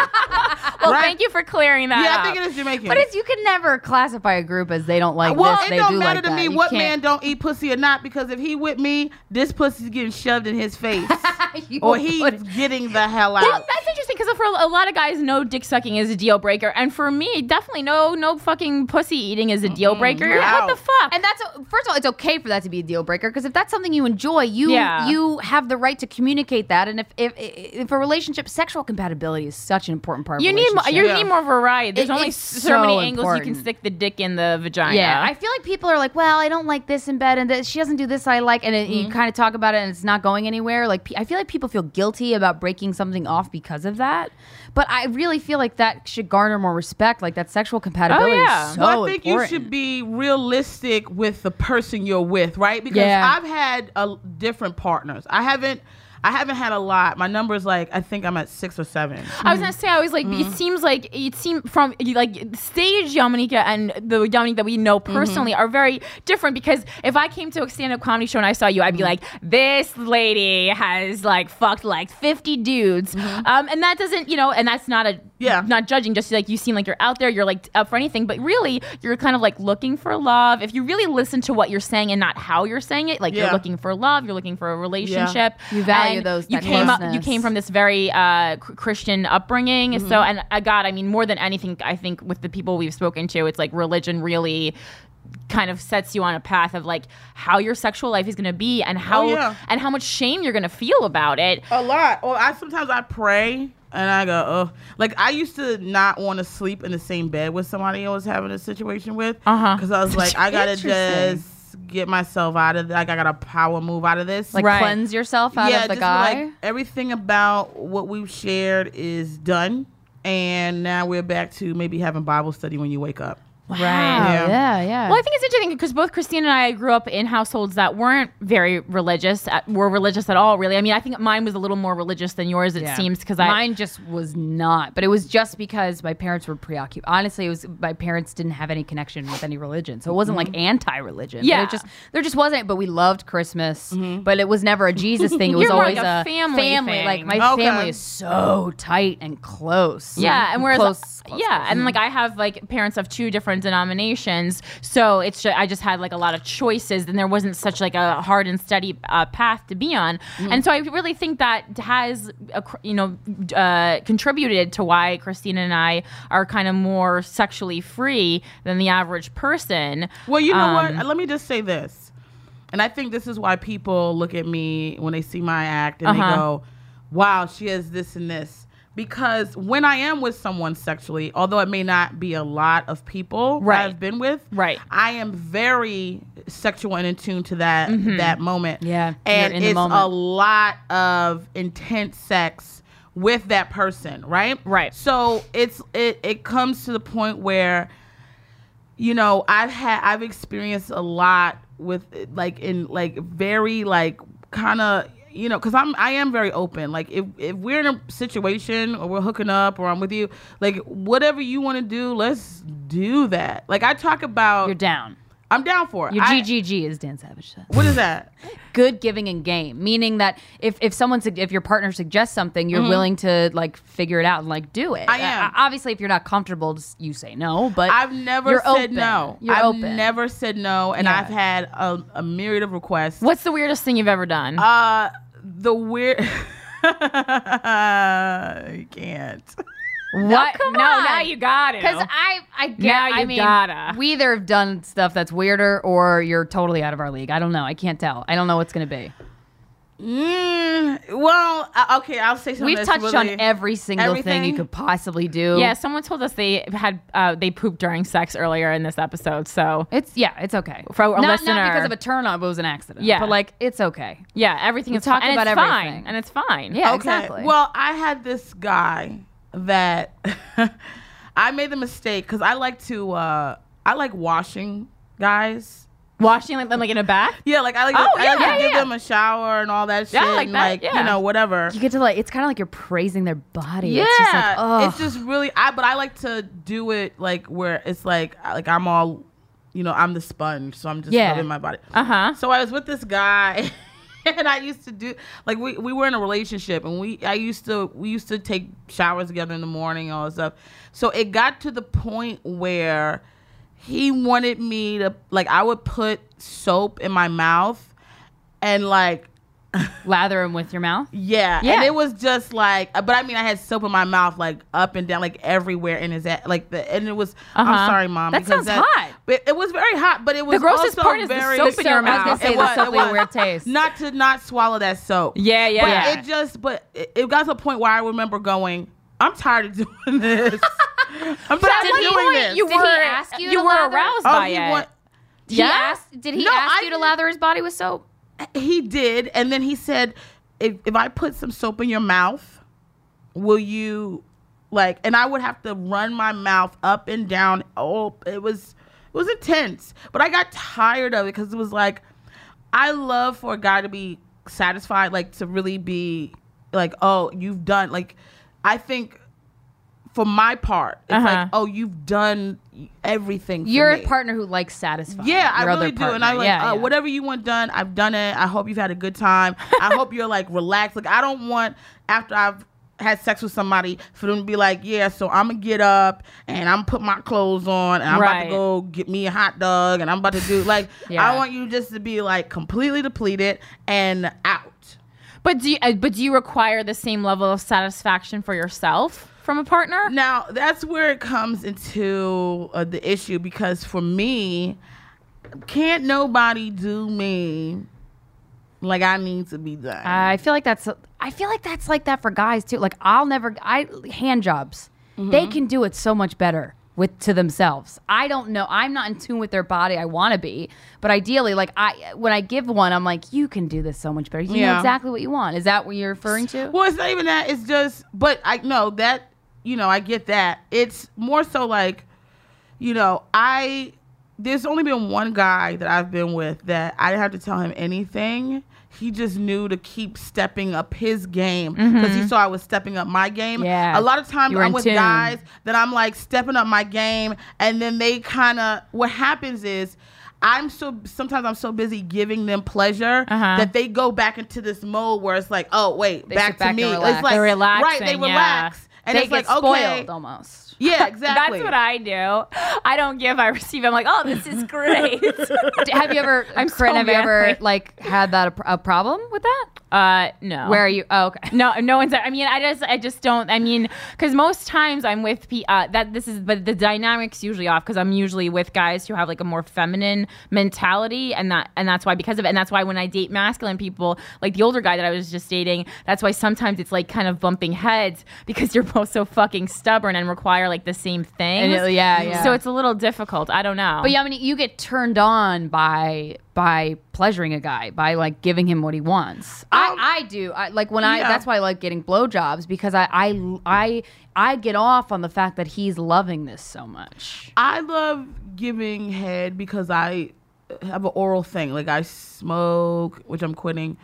Speaker 2: Well,
Speaker 6: right?
Speaker 2: thank you for clearing that.
Speaker 6: Yeah,
Speaker 2: up.
Speaker 6: I think it is Jamaicans.
Speaker 3: but it's you can never classify a group as they don't like
Speaker 6: well,
Speaker 3: this,
Speaker 6: it
Speaker 3: they
Speaker 6: don't
Speaker 3: do
Speaker 6: matter
Speaker 3: like
Speaker 6: to
Speaker 3: that.
Speaker 6: me
Speaker 3: You
Speaker 6: what man
Speaker 3: can't-
Speaker 6: don't eat pussy or not because if he with me, this pussy's getting shoved in his face,
Speaker 3: You
Speaker 6: or he's
Speaker 3: would-
Speaker 6: getting the hell
Speaker 2: Well,
Speaker 6: out.
Speaker 2: that's interesting because for a lot of guys, no dick sucking is a deal breaker, and for me, definitely no no fucking pussy eating is a deal breaker.
Speaker 6: you're
Speaker 2: What the
Speaker 6: out.
Speaker 2: fuck?
Speaker 3: And that's first of all, it's okay for that to be a deal breaker because if that's something you enjoy, you
Speaker 2: Yeah.
Speaker 3: you have the right to communicate that. And if if if a relationship, sexual compatibility is such an important part. of
Speaker 2: you
Speaker 3: a
Speaker 2: need mo-
Speaker 3: relationship.
Speaker 2: you
Speaker 6: Yeah.
Speaker 2: need more variety. There's
Speaker 3: It-
Speaker 2: only
Speaker 3: it's
Speaker 2: so, many
Speaker 3: so
Speaker 2: angles you
Speaker 3: important.
Speaker 2: can stick the dick in the vagina.
Speaker 3: Yeah, I feel like people are like, well, I don't like this in bed, and that she doesn't do this I like, and it,
Speaker 6: Mm-hmm.
Speaker 3: you kind of talk about it, and it's not going anywhere. Like, pe- I feel like people feel guilty about breaking something off because of that. But I really feel like that should garner more respect. Like that sexual compatibility.
Speaker 2: yeah.
Speaker 3: is so
Speaker 6: Oh, well, I think
Speaker 3: important.
Speaker 6: you should be realistic with the person you're with, right? Because
Speaker 3: Yeah.
Speaker 6: I've had a, different partners. I haven't. I haven't had a lot. My number's like I think I'm at six or seven.
Speaker 2: I was gonna say I was like
Speaker 6: Mm.
Speaker 2: it seems like it seemed from like stage Dominica and the Dominique that we know
Speaker 6: Mm-hmm.
Speaker 2: personally are very different because if I came to a stand-up comedy show and I saw you
Speaker 6: Mm-hmm.
Speaker 2: I'd be like this lady has like fucked like 50 dudes um, and that doesn't you know and that's not a
Speaker 6: Mm-hmm. Yeah.
Speaker 2: not judging just like you seem like you're out there you're like up for anything but really you're kind of like looking for love if you really listen to what you're saying and not how you're saying it like
Speaker 6: Yeah.
Speaker 2: you're looking for love you're looking for a relationship
Speaker 3: You value
Speaker 2: and
Speaker 3: those-
Speaker 2: you
Speaker 3: that
Speaker 2: came up you
Speaker 3: closeness. Mm-hmm.
Speaker 2: came from this very uh, cr- Christian upbringing. So, and uh, God, I mean, more than anything, I think with the people we've spoken to, it's like religion really kind of sets you on a path of like how your sexual life is going to be and
Speaker 3: Oh,
Speaker 2: how
Speaker 6: yeah.
Speaker 2: and how much shame you're going to feel about it.
Speaker 6: A lot. Or I sometimes I pray and I go, oh, like I used to not want to sleep in the same bed with somebody I was having a situation with.
Speaker 2: Uh-huh.
Speaker 6: Because I was like, I gotta
Speaker 3: Interesting.
Speaker 6: just get myself out of. Like I gotta power move out of this.
Speaker 3: like
Speaker 2: Right.
Speaker 3: cleanse yourself out of the
Speaker 6: just
Speaker 3: guy.
Speaker 6: Like everything about what we've shared is done, and now we're back to maybe having Bible study when you wake up.
Speaker 3: right.
Speaker 6: Yeah.
Speaker 3: Yeah. Yeah.
Speaker 2: Well, I think it's interesting because both Christine and I grew up in households that weren't very religious, uh, were religious at all, really. I mean, I think mine was a little more religious than yours, it
Speaker 3: Yeah.
Speaker 2: seems, because I.
Speaker 3: mine just was not. But it was just because my parents were preoccupied. Honestly, it was my parents didn't have any connection with any religion, so it wasn't like anti-religion. but
Speaker 2: Mm-hmm. Yeah. Mm-hmm.
Speaker 3: it just there just wasn't. But we loved Christmas, but it was never a Jesus thing. It was
Speaker 2: You're more like
Speaker 3: always
Speaker 2: a family thing.
Speaker 3: Like my
Speaker 6: Okay.
Speaker 3: family is so tight and close.
Speaker 2: Yeah, and whereas
Speaker 3: Mm-hmm. close,
Speaker 2: yeah, and like I have like parents of two different denominations, so it's just, I just had like a lot of choices, and there wasn't such like a hard and steady uh, path to be on,
Speaker 3: Mm.
Speaker 2: and so I really think that has uh, cr- you know uh, contributed to why Christina and I are kind of more sexually free than the average person.
Speaker 6: Well, you know
Speaker 2: Um,
Speaker 6: what? Let me just say this. And I think this is why people look at me when they see my act and
Speaker 2: Uh-huh.
Speaker 6: they go, wow, she has this and this. Because when I am with someone sexually, although it may not be a lot of people
Speaker 2: Right.
Speaker 6: that I've been with,
Speaker 2: Right.
Speaker 6: I am very sexual and in tune to that that moment.
Speaker 3: Yeah,
Speaker 6: and
Speaker 3: you're in the
Speaker 6: it's a
Speaker 3: moment.
Speaker 6: lot of intense sex with that person, right?
Speaker 2: Right.
Speaker 6: So it's it it comes to the point where you know i've had i've experienced a lot with like in like very like kind of you know, because I'm I am very open. Like if if we're in a situation or we're hooking up or I'm with you, like whatever you want to do, let's do that. Like I talk about,
Speaker 3: You're down.
Speaker 6: I'm down for it.
Speaker 3: Your
Speaker 6: I-
Speaker 3: GGG, as Dan Savage said.
Speaker 6: What is that?
Speaker 3: Good giving and game, meaning that if if someone sug- if your partner suggests something, you're willing to like figure it out and like do it.
Speaker 6: I am.
Speaker 3: Uh, obviously, if you're not comfortable, just you say no. But
Speaker 6: I've never
Speaker 3: you're
Speaker 6: said
Speaker 3: open.
Speaker 6: no.
Speaker 3: You're
Speaker 6: I've
Speaker 3: open.
Speaker 6: never said no, and
Speaker 3: Yeah.
Speaker 6: I've had a, a myriad of requests.
Speaker 2: What's the weirdest thing you've ever done?
Speaker 6: Uh, the weird. I can't.
Speaker 3: what?
Speaker 2: Come on.
Speaker 3: no, now
Speaker 2: Uh, now
Speaker 3: you
Speaker 2: you got it. Oh.
Speaker 3: Because I, I get,
Speaker 2: Now
Speaker 3: I
Speaker 2: you
Speaker 3: mean,
Speaker 2: gotta.
Speaker 3: we either have done stuff that's weirder or you're totally out of our league. I don't know. I can't tell. I don't know what's gonna be.
Speaker 6: Mm, well, uh, okay, I'll say something.
Speaker 3: We've
Speaker 6: that's
Speaker 3: touched on
Speaker 6: really-
Speaker 3: every single thing you
Speaker 6: everything?
Speaker 3: could possibly do.
Speaker 2: yeah, someone told us they had uh, they pooped during sex earlier in this episode. So
Speaker 3: It's yeah, it's okay.
Speaker 2: For a
Speaker 3: not,
Speaker 2: listener.
Speaker 3: not because of a turn on, but it was an accident.
Speaker 2: Yeah.
Speaker 3: but like it's okay.
Speaker 2: yeah, everything
Speaker 3: We
Speaker 2: is fine.
Speaker 3: talked
Speaker 2: And
Speaker 3: about
Speaker 2: it's
Speaker 3: everything.
Speaker 2: fine. And it's fine. Oh,
Speaker 3: Yeah,
Speaker 6: Okay.
Speaker 3: exactly.
Speaker 6: Well, I had this guy that I made the mistake because I like to. Uh, I like washing guys.
Speaker 2: Washing like, like in a bath.
Speaker 6: Yeah, like I like.
Speaker 2: Oh,
Speaker 6: I
Speaker 2: yeah,
Speaker 6: like
Speaker 2: yeah,
Speaker 6: to give
Speaker 2: yeah.
Speaker 6: them a shower and all that shit.
Speaker 2: Yeah, I like
Speaker 6: and
Speaker 2: that,
Speaker 6: like
Speaker 2: yeah.
Speaker 6: you know whatever.
Speaker 3: you get to like it's kind of like you're praising their body.
Speaker 6: Yeah,
Speaker 3: it's just like, oh,
Speaker 6: it's just really. I but I like to do it like where it's like I- like I'm all, you know, I'm the sponge, so I'm just
Speaker 3: Yeah. Uh-huh.
Speaker 6: rubbing my body.
Speaker 2: Uh huh.
Speaker 6: So I was with this guy, and I used to do like we we were in a relationship, and we I used to we used to take showers together in the morning, and all this stuff. So it got to the point where he wanted me to like I would put soap in my mouth, and like
Speaker 3: lather them with your mouth.
Speaker 6: yeah.
Speaker 2: Yeah.
Speaker 6: And it was just like, but I mean, I had soap in my mouth, like up and down, like everywhere in his, a- like the, and it was,
Speaker 2: Uh-huh.
Speaker 6: I'm sorry, mom.
Speaker 3: That
Speaker 6: because
Speaker 3: sounds hot.
Speaker 6: But it was very hot, but it was
Speaker 2: The grossest
Speaker 6: also
Speaker 2: part is the
Speaker 6: very,
Speaker 2: soap in your
Speaker 3: I was gonna
Speaker 2: mouth.
Speaker 3: say
Speaker 6: It
Speaker 3: the
Speaker 6: was,
Speaker 3: soap
Speaker 6: it
Speaker 3: way
Speaker 6: was.
Speaker 3: weird taste.
Speaker 6: Not to not swallow that soap.
Speaker 2: Yeah, yeah,
Speaker 6: But
Speaker 2: yeah.
Speaker 6: it just, but it, it got to a point where I remember going, I'm tired of doing this. I'm tired
Speaker 2: Did
Speaker 6: of
Speaker 2: he-
Speaker 6: doing this.
Speaker 2: You
Speaker 3: Did he
Speaker 2: were
Speaker 3: ask you to
Speaker 2: were
Speaker 3: lather?
Speaker 2: aroused
Speaker 6: oh,
Speaker 2: by
Speaker 6: he,
Speaker 2: it.
Speaker 6: want-
Speaker 3: Did
Speaker 2: Yeah?
Speaker 3: he ask, did he
Speaker 6: No,
Speaker 3: ask
Speaker 6: I
Speaker 3: you to
Speaker 6: didn't-
Speaker 3: lather his body with soap?
Speaker 6: he did, and then he said, if, if I put some soap in your mouth, will you like and I would have to run my mouth up and down. Oh it was it was intense. But I got tired of it because it was like I love for a guy to be satisfied, like to really be like, oh, you've done like I think for my part, it's
Speaker 2: Uh-huh.
Speaker 6: like, oh, you've done everything. for
Speaker 3: You're a
Speaker 6: me.
Speaker 3: partner who likes satisfying.
Speaker 6: Yeah, I
Speaker 3: your other
Speaker 6: really do. And I
Speaker 3: partner.
Speaker 6: like
Speaker 3: Yeah,
Speaker 6: uh,
Speaker 3: yeah.
Speaker 6: whatever you want done. I've done it. I hope you've had a good time. I hope you're like relaxed. Like I don't want after I've had sex with somebody for them to be like, yeah, so I'm gonna get up and I'm put my clothes on and I'm about
Speaker 2: Right.
Speaker 6: to go get me a hot dog and I'm about to do like
Speaker 3: Yeah.
Speaker 6: I want you just to be like completely depleted and out.
Speaker 2: But do you, uh, but do you require the same level of satisfaction for yourself from a partner?
Speaker 6: Now that's where it comes into uh, the issue because for me, can't nobody do me like I need to be done.
Speaker 3: I feel like that's I feel like that's like that for guys too. Like I'll never I hand jobs.
Speaker 6: Mm-hmm.
Speaker 3: They can do it so much better with to themselves. I don't know. I'm not in tune with their body. I want to be, but ideally like I when I give one I'm like you can do this so much better. You know
Speaker 6: Yeah.
Speaker 3: exactly what you want. Is that what you're referring to?
Speaker 6: well, it's not even that. It's just, but I know that you know I get that. It's more so like, you know, I there's only been one guy that I've been with that I didn't have to tell him anything. He just knew to keep stepping up his game because he saw I was stepping up my game.
Speaker 3: Mm-hmm. Yeah.
Speaker 6: A lot of times
Speaker 3: You were
Speaker 6: I'm
Speaker 3: in
Speaker 6: with
Speaker 3: tune.
Speaker 6: guys that I'm like stepping up my game, and then they kind of what happens is I'm so sometimes I'm so busy giving them pleasure
Speaker 2: Uh-huh.
Speaker 6: that they go back into this mode where it's like, oh wait,
Speaker 3: They
Speaker 6: back
Speaker 3: sit
Speaker 6: to
Speaker 3: back and
Speaker 6: me.
Speaker 3: relax.
Speaker 6: It's like
Speaker 2: They're
Speaker 6: right, they
Speaker 2: relaxing, yeah.
Speaker 6: relax, and
Speaker 3: they
Speaker 6: it's
Speaker 3: get
Speaker 6: like okay,
Speaker 3: spoiled almost.
Speaker 6: yeah, exactly.
Speaker 2: That's what I do. I don't give, I receive. I'm like, oh, this is great.
Speaker 3: D- have you ever I'm
Speaker 2: so
Speaker 3: Corinne, have you ever
Speaker 2: manly.
Speaker 3: like had that a, pr- a problem with that?
Speaker 2: uh, no.
Speaker 3: Where are you? Oh, okay.
Speaker 2: No, no one's. I mean, I just, I just don't. I mean, because most times I'm with pe- uh, that. This is, but the dynamics usually off because I'm usually with guys who have like a more feminine mentality, and that, and that's why because of it, and that's why when I date masculine people, like the older guy that I was just dating, that's why sometimes it's like kind of bumping heads because you're both so fucking stubborn and require like the same thing.
Speaker 3: And it- yeah, yeah.
Speaker 2: So it's a little difficult. I don't know.
Speaker 3: But yeah, I mean, you get turned on by by pleasuring a guy, by like giving him what he wants. I, I do. I like when I.
Speaker 6: Um, yeah.
Speaker 3: That's why I like getting blowjobs because I, I I I get off on the fact that he's loving this so much.
Speaker 6: I love giving head because I have an oral thing. Like I smoke, which I'm quitting.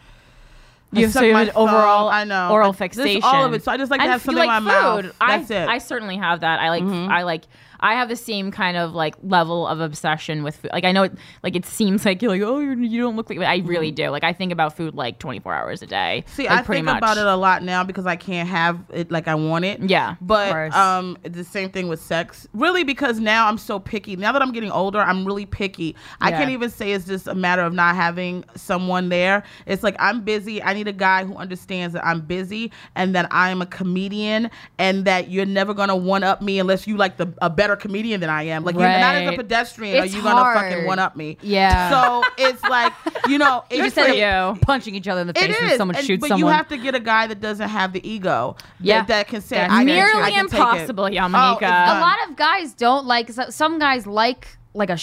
Speaker 2: You have
Speaker 6: suck
Speaker 2: so you
Speaker 6: my
Speaker 2: have an overall
Speaker 6: thumb. I know
Speaker 2: oral
Speaker 6: Just
Speaker 2: fixation.
Speaker 6: all of it. So I just like to
Speaker 2: And
Speaker 6: have
Speaker 2: if you
Speaker 6: something
Speaker 2: like
Speaker 6: in my
Speaker 2: food,
Speaker 6: mouth. That's
Speaker 2: I,
Speaker 6: it. Mm-hmm.
Speaker 2: I certainly have that. I like. I like. I have the same kind of like level of obsession with food. Like I know, it, like it seems like you're like, oh, you're, you don't look like. But I really do. Like I think about food like 24 hours a day.
Speaker 6: Mm-hmm. See,
Speaker 2: like,
Speaker 6: I think about it a lot now because I can't have it like I want it.
Speaker 2: Yeah,
Speaker 3: of
Speaker 6: but
Speaker 3: course.
Speaker 6: um, it's the same thing with sex, really, because now I'm so picky. Now that I'm getting older, I'm really picky. I
Speaker 2: Yeah.
Speaker 6: can't even say it's just a matter of not having someone there. It's like I'm busy. I need a guy who understands that I'm busy and that I am a comedian and that you're never gonna one up me unless you like the a better comedian than I am. Like you're not as
Speaker 3: Right.
Speaker 6: a pedestrian,
Speaker 3: It's
Speaker 6: are you gonna
Speaker 3: hard.
Speaker 6: fucking one up me?
Speaker 3: Yeah.
Speaker 6: So it's like you know, it's
Speaker 3: You just
Speaker 2: for
Speaker 3: end
Speaker 2: you.
Speaker 3: up punching each other in the
Speaker 6: it
Speaker 3: face when
Speaker 6: is,
Speaker 3: someone
Speaker 6: and-
Speaker 3: shoots
Speaker 6: but
Speaker 3: someone.
Speaker 6: you have to get a guy that doesn't have the ego.
Speaker 3: Yeah.
Speaker 6: that, that can say
Speaker 3: That's
Speaker 6: I can-
Speaker 2: nearly
Speaker 6: I can take it."
Speaker 2: impossible, Yamanika.
Speaker 6: Oh, it's
Speaker 2: A
Speaker 6: done.
Speaker 2: Um,
Speaker 3: a lot of guys don't like so, some guys like like a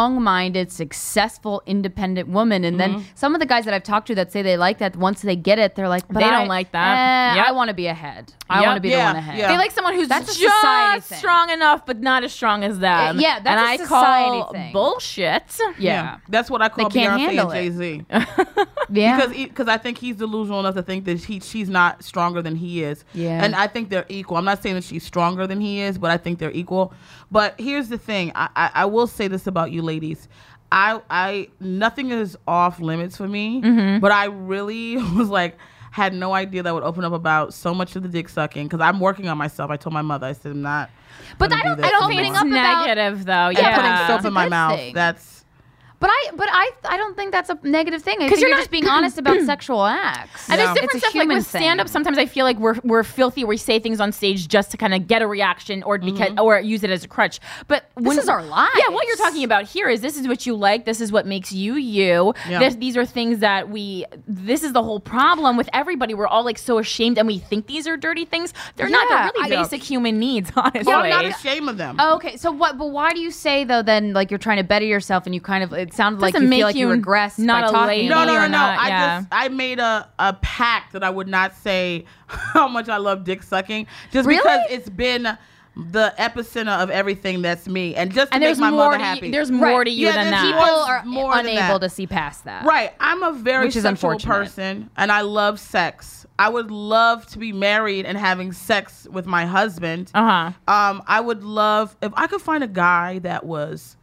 Speaker 3: strong-minded successful independent woman and then some of the guys that i've talked to that say they like that once they get it they're like but
Speaker 2: They
Speaker 3: I-
Speaker 2: don't like that.
Speaker 3: eh,
Speaker 2: Yep.
Speaker 3: i want to be ahead i
Speaker 2: Yep.
Speaker 3: want to be the
Speaker 6: Yeah,
Speaker 3: one ahead
Speaker 6: yeah.
Speaker 2: They like someone who's
Speaker 3: That's a society
Speaker 2: just
Speaker 3: thing.
Speaker 2: strong enough, but not as strong as them.
Speaker 3: Uh, yeah, that's
Speaker 2: and
Speaker 3: a
Speaker 2: I
Speaker 3: society
Speaker 2: call
Speaker 3: thing.
Speaker 2: bullshit.
Speaker 3: yeah
Speaker 6: that's what I call
Speaker 3: They can't
Speaker 6: Beyonce
Speaker 3: handle
Speaker 6: and
Speaker 3: it.
Speaker 6: Jay Z
Speaker 3: yeah
Speaker 6: because because I think he's delusional enough to think that he she's not stronger than he is.
Speaker 3: Yeah.
Speaker 6: and I think they're equal. I'm not saying that she's stronger than he is, but I think they're equal. But here's the thing: I I, I will say this about you, ladies. I I nothing is off limits for me,
Speaker 3: Mm-hmm.
Speaker 6: but I really was like. Had no idea that would open up about so much of the dick sucking because I'm working on myself. I told my mother I said I'm not.
Speaker 3: But
Speaker 6: gonna
Speaker 3: I don't-
Speaker 6: do this
Speaker 3: I don't
Speaker 6: anymore.
Speaker 3: think
Speaker 2: It's
Speaker 3: up about-
Speaker 2: negative though.
Speaker 6: and
Speaker 2: Yeah,
Speaker 6: putting soap
Speaker 3: That's a
Speaker 6: in my
Speaker 3: good
Speaker 6: mouth.
Speaker 3: thing.
Speaker 6: That's
Speaker 3: but i but i i don't think that's a negative thing because
Speaker 2: you're
Speaker 3: you're,
Speaker 2: not-
Speaker 3: just being honest about sexual acts
Speaker 2: And there's
Speaker 6: No.
Speaker 2: different
Speaker 3: It's a
Speaker 2: stuff like
Speaker 3: human
Speaker 2: with
Speaker 3: thing.
Speaker 2: stand up. Sometimes I feel like we're we're filthy. We say things on stage just to kind of get a reaction or because or use it as a crutch. But when,
Speaker 3: Mm-hmm. is our lives.
Speaker 2: Yeah, what you're talking about here is this is what you like. This is what makes you you.
Speaker 6: Yeah.
Speaker 2: This, these are things that we. This is the whole problem with everybody. We're all like so ashamed, and we think these are dirty things. They're not.
Speaker 3: Yeah,
Speaker 2: They're really
Speaker 3: I-
Speaker 2: basic human needs, honestly.
Speaker 3: Yeah,
Speaker 6: I'm not
Speaker 3: Like-
Speaker 6: ashamed of them.
Speaker 3: Oh, okay, so what? But why do you say though? Then like you're trying to better yourself, and you kind of it sounded like
Speaker 2: Doesn't
Speaker 3: you
Speaker 2: make
Speaker 3: feel like you
Speaker 2: you
Speaker 3: regressed.
Speaker 2: not
Speaker 3: by
Speaker 2: a
Speaker 3: talking
Speaker 2: lady.
Speaker 3: about
Speaker 6: no, no,
Speaker 2: or
Speaker 6: no, no.
Speaker 2: not,
Speaker 6: I
Speaker 2: yeah.
Speaker 6: just I made a, a pact that I would not say how much I love dick sucking, just
Speaker 3: Really?
Speaker 6: because it's been the epicenter of everything that's me, and just to
Speaker 2: and
Speaker 6: make
Speaker 2: there's
Speaker 6: my
Speaker 2: more.
Speaker 6: mother
Speaker 2: To
Speaker 6: happy.
Speaker 2: you, there's more
Speaker 3: Right.
Speaker 2: to you
Speaker 6: Yeah,
Speaker 2: than
Speaker 6: there's
Speaker 2: that.
Speaker 3: people are
Speaker 6: More than
Speaker 3: unable
Speaker 6: that.
Speaker 3: to see past that.
Speaker 6: Right. I'm a very
Speaker 3: Which is
Speaker 6: sexual
Speaker 3: unfortunate.
Speaker 6: person and I love sex. I would love to be married and having sex with my husband.
Speaker 2: Uh-huh.
Speaker 6: Um, I would love if I could find a guy that was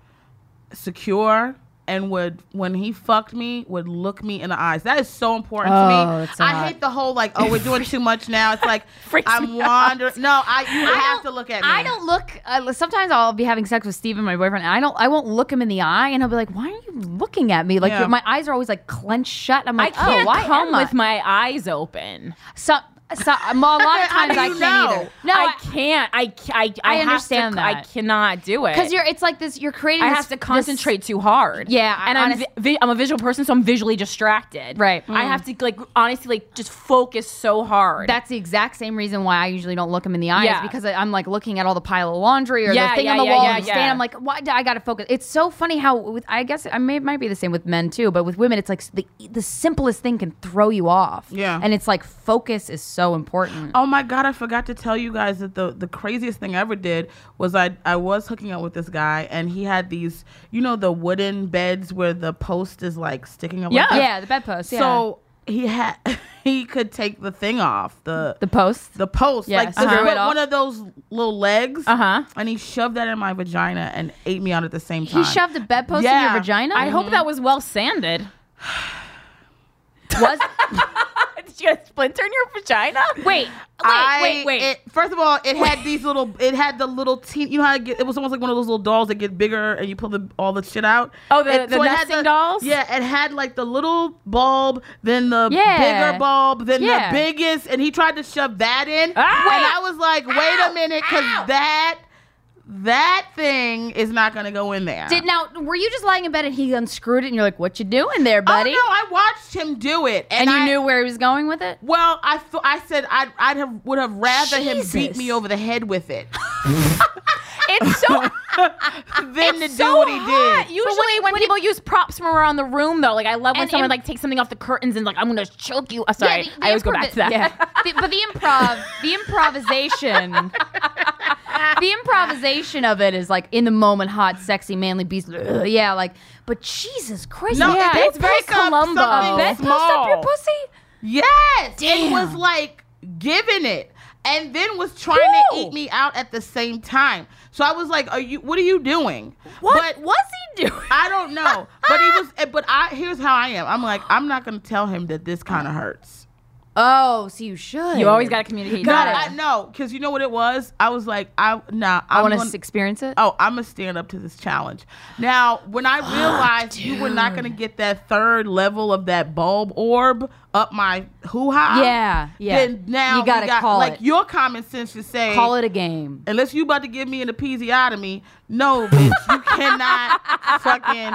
Speaker 6: secure and would when he fucked me would look me in the eyes. That is so important
Speaker 3: Oh,
Speaker 6: to me.
Speaker 3: that's
Speaker 6: I
Speaker 3: hot.
Speaker 6: hate the whole like, oh, we're doing too much now. It's like
Speaker 2: Freaks
Speaker 6: I'm
Speaker 2: me out.
Speaker 6: wandering. No, I you
Speaker 3: I
Speaker 6: have to
Speaker 3: don't-
Speaker 6: look at me.
Speaker 3: I don't look. Uh, sometimes I'll be having sex with Steven, my boyfriend. And I don't. I won't look him in the eye, and he'll be like, "Why are you looking at me?" Like
Speaker 6: Yeah.
Speaker 3: your- my eyes are always like clenched shut. I'm
Speaker 2: I
Speaker 3: like,
Speaker 2: can't
Speaker 3: "Oh, why
Speaker 2: come
Speaker 3: am I?"
Speaker 2: with my eyes open.
Speaker 3: so, so, um, a lot of
Speaker 6: How do
Speaker 3: times I can't
Speaker 6: you know?
Speaker 3: either. No,
Speaker 2: I can't. I ca- I I,
Speaker 3: I
Speaker 2: have to
Speaker 3: understand
Speaker 2: c- I
Speaker 3: that.
Speaker 2: cannot do it
Speaker 3: because you're. It's like this. You're creating.
Speaker 2: I
Speaker 3: this-
Speaker 2: have to
Speaker 3: this-
Speaker 2: concentrate too hard.
Speaker 3: Yeah, I-
Speaker 2: and I'm
Speaker 3: honest-
Speaker 2: vi- vi- I'm a visual person, so I'm visually distracted.
Speaker 3: Right.
Speaker 2: I have to like honestly like just focus so hard.
Speaker 3: That's the exact same reason why I usually don't look him in the eyes
Speaker 2: Yeah.
Speaker 3: because I, I'm like looking at all the pile of laundry or
Speaker 2: Yeah,
Speaker 3: the thing
Speaker 2: yeah,
Speaker 3: on the
Speaker 2: yeah,
Speaker 3: wall.
Speaker 2: yeah,
Speaker 3: and
Speaker 2: yeah.
Speaker 3: stand, I'm like, why do I got to focus? It's so funny how with I guess I may might be the same with men too, but with women it's like s- the the simplest thing can throw you off.
Speaker 6: Yeah.
Speaker 3: and it's like focus is so important.
Speaker 6: Oh my god, I forgot to tell you guys that the the craziest thing I ever did was I I was hooking up with this guy and he had these you know the wooden beds where the post is like sticking up. like
Speaker 2: Oh, Yeah.
Speaker 6: this?
Speaker 3: Yeah, the bedpost. Yeah.
Speaker 6: So he had he could take the thing off the
Speaker 3: the Uh-huh. post.
Speaker 6: the post
Speaker 3: Yeah,
Speaker 6: like just
Speaker 3: screw
Speaker 6: put
Speaker 3: it off.
Speaker 6: one of those little legs.
Speaker 2: Uh-huh.
Speaker 6: And he shoved that in my vagina and ate me out at the same time.
Speaker 3: He shoved a bedpost in
Speaker 6: Yeah.
Speaker 3: your vagina.
Speaker 2: I hope that was well sanded.
Speaker 3: was.
Speaker 2: Did you get a splinter in your vagina?
Speaker 3: wait,
Speaker 6: I-
Speaker 3: wait, wait, wait.
Speaker 6: It, first of all, it had these little. It had the little teen. You know how it, get, it was almost like one of those little dolls that get bigger and you pull the, all the shit out.
Speaker 2: Oh, the-
Speaker 6: It-
Speaker 2: the
Speaker 6: it had
Speaker 2: nesting dolls?
Speaker 6: Yeah, it had like the little bulb, then the
Speaker 3: Yeah.
Speaker 6: bigger bulb, then
Speaker 3: Yeah.
Speaker 6: the biggest, and he tried to shove that in.
Speaker 2: Ah!
Speaker 6: and I was like, wait
Speaker 2: Ow!
Speaker 6: a minute, because
Speaker 2: Ow!
Speaker 6: that that thing is not gonna go in there.
Speaker 3: Did now? Were you just lying in bed and he unscrewed it and you're like, "What you doing there,
Speaker 6: oh
Speaker 3: buddy?"
Speaker 6: no, I watched him do it,
Speaker 3: and
Speaker 6: and,
Speaker 3: you
Speaker 6: I,
Speaker 3: knew where he was going with it.
Speaker 6: Well, I th- I said I'd I'd have would have rather him beat
Speaker 3: Jesus.
Speaker 6: me over the head with it
Speaker 2: It's so
Speaker 6: than to do
Speaker 2: so
Speaker 6: what he
Speaker 2: hot.
Speaker 6: did.
Speaker 2: Usually, when, people use props from around the room, though, like I love when
Speaker 3: And
Speaker 2: someone
Speaker 3: im-
Speaker 2: like takes something off the curtains and like I'm gonna choke you. Uh, sorry,
Speaker 3: the- the
Speaker 2: I always go
Speaker 3: improv-
Speaker 2: back to that.
Speaker 3: yeah. The- but the improv, the improvisation, the improvisation of it is like in the moment, hot, sexy, manly beast. Ugh, Yeah, like, but Jesus Christ,
Speaker 6: No,
Speaker 3: you
Speaker 6: Yeah,
Speaker 3: pick-
Speaker 6: it's very
Speaker 3: pick up
Speaker 2: Columbo.
Speaker 3: A
Speaker 6: something
Speaker 3: bed post up your
Speaker 6: small.
Speaker 3: pussy.
Speaker 6: Yes, it was like giving it, and then was trying to eat me out at the same time. So I was like, "Are you? What are you doing?"
Speaker 7: What
Speaker 6: But
Speaker 7: was he doing?
Speaker 6: I don't know. but he was. eh, But I here's how I am. I'm like, I'm not gonna tell him that this kind of hurts.
Speaker 7: Oh, so you should.
Speaker 2: You always got to communicate.
Speaker 6: No, I know, cause you know what it was. I was like, I nah.
Speaker 3: I
Speaker 6: I'm
Speaker 3: want
Speaker 6: gonna-
Speaker 3: to experience it.
Speaker 6: Oh, I'm gonna stand up to this challenge. Now, when I realized you were not gonna get that third level of that bulb orb up my hoo ha,
Speaker 7: Yeah, yeah.
Speaker 6: Then now
Speaker 7: You gotta
Speaker 6: we got,
Speaker 7: call
Speaker 6: like
Speaker 7: it.
Speaker 6: your common sense should say,
Speaker 7: Call it a game.
Speaker 6: unless you about to give me an episiotomy, no, bitch, you cannot fucking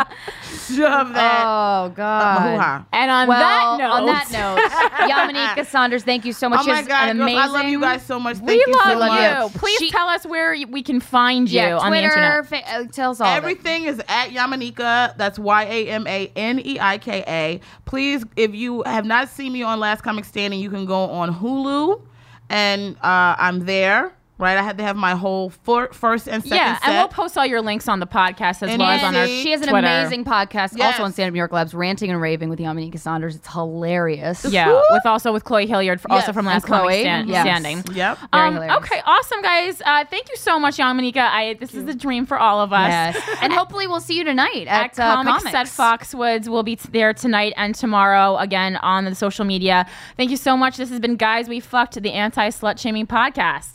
Speaker 6: shove that
Speaker 3: Oh
Speaker 6: up my
Speaker 3: God.
Speaker 6: hoo-ha.
Speaker 2: And on that
Speaker 3: well,
Speaker 2: note,
Speaker 3: on that note, Yamanika Saunders, thank you so much.
Speaker 6: Oh my
Speaker 3: She's
Speaker 6: god,
Speaker 3: an
Speaker 6: girls,
Speaker 3: amazing.
Speaker 6: I love you guys so much. Thank
Speaker 2: we
Speaker 6: you so
Speaker 2: love
Speaker 6: much.
Speaker 2: you.
Speaker 3: much.
Speaker 2: Please
Speaker 3: She-
Speaker 2: tell us where y- we can find you
Speaker 3: Yeah,
Speaker 2: on the
Speaker 3: Twitter,
Speaker 2: internet.
Speaker 3: fa- uh, tell us all. of it.
Speaker 6: Everything is at Yamanika. That's Y A M A N E I K A. Please, if you have not seen me on Last Comic Standing, you can go on Hulu, and uh, I'm there. Right, I had to have my whole fir- first and second
Speaker 2: Yeah,
Speaker 6: set.
Speaker 2: and we'll post all your links on the podcast as
Speaker 6: And
Speaker 2: well as
Speaker 6: you
Speaker 2: on our
Speaker 6: see-
Speaker 3: She has an
Speaker 2: Twitter.
Speaker 3: amazing podcast,
Speaker 6: Yes.
Speaker 3: also on Stand Up New York Labs, ranting and raving with Yamanika Saunders. It's hilarious.
Speaker 2: Yeah, with also with Chloe Hilliard, f- also
Speaker 6: Yes,
Speaker 2: from Last
Speaker 3: and Chloe.
Speaker 2: Comic Stan-
Speaker 3: Yes.
Speaker 2: Standing.
Speaker 6: yep.
Speaker 3: Very
Speaker 2: Um,
Speaker 3: hilarious.
Speaker 2: okay, awesome guys. Uh, thank you so much, Yamanika. I this is a dream for all of us.
Speaker 3: Yes. and hopefully we'll see you tonight
Speaker 2: At
Speaker 3: at, uh,
Speaker 2: Comics at Foxwoods. We'll be t- there tonight and tomorrow again on the social media. Thank you so much. This has been Guys We Fucked, the anti slut shaming podcast.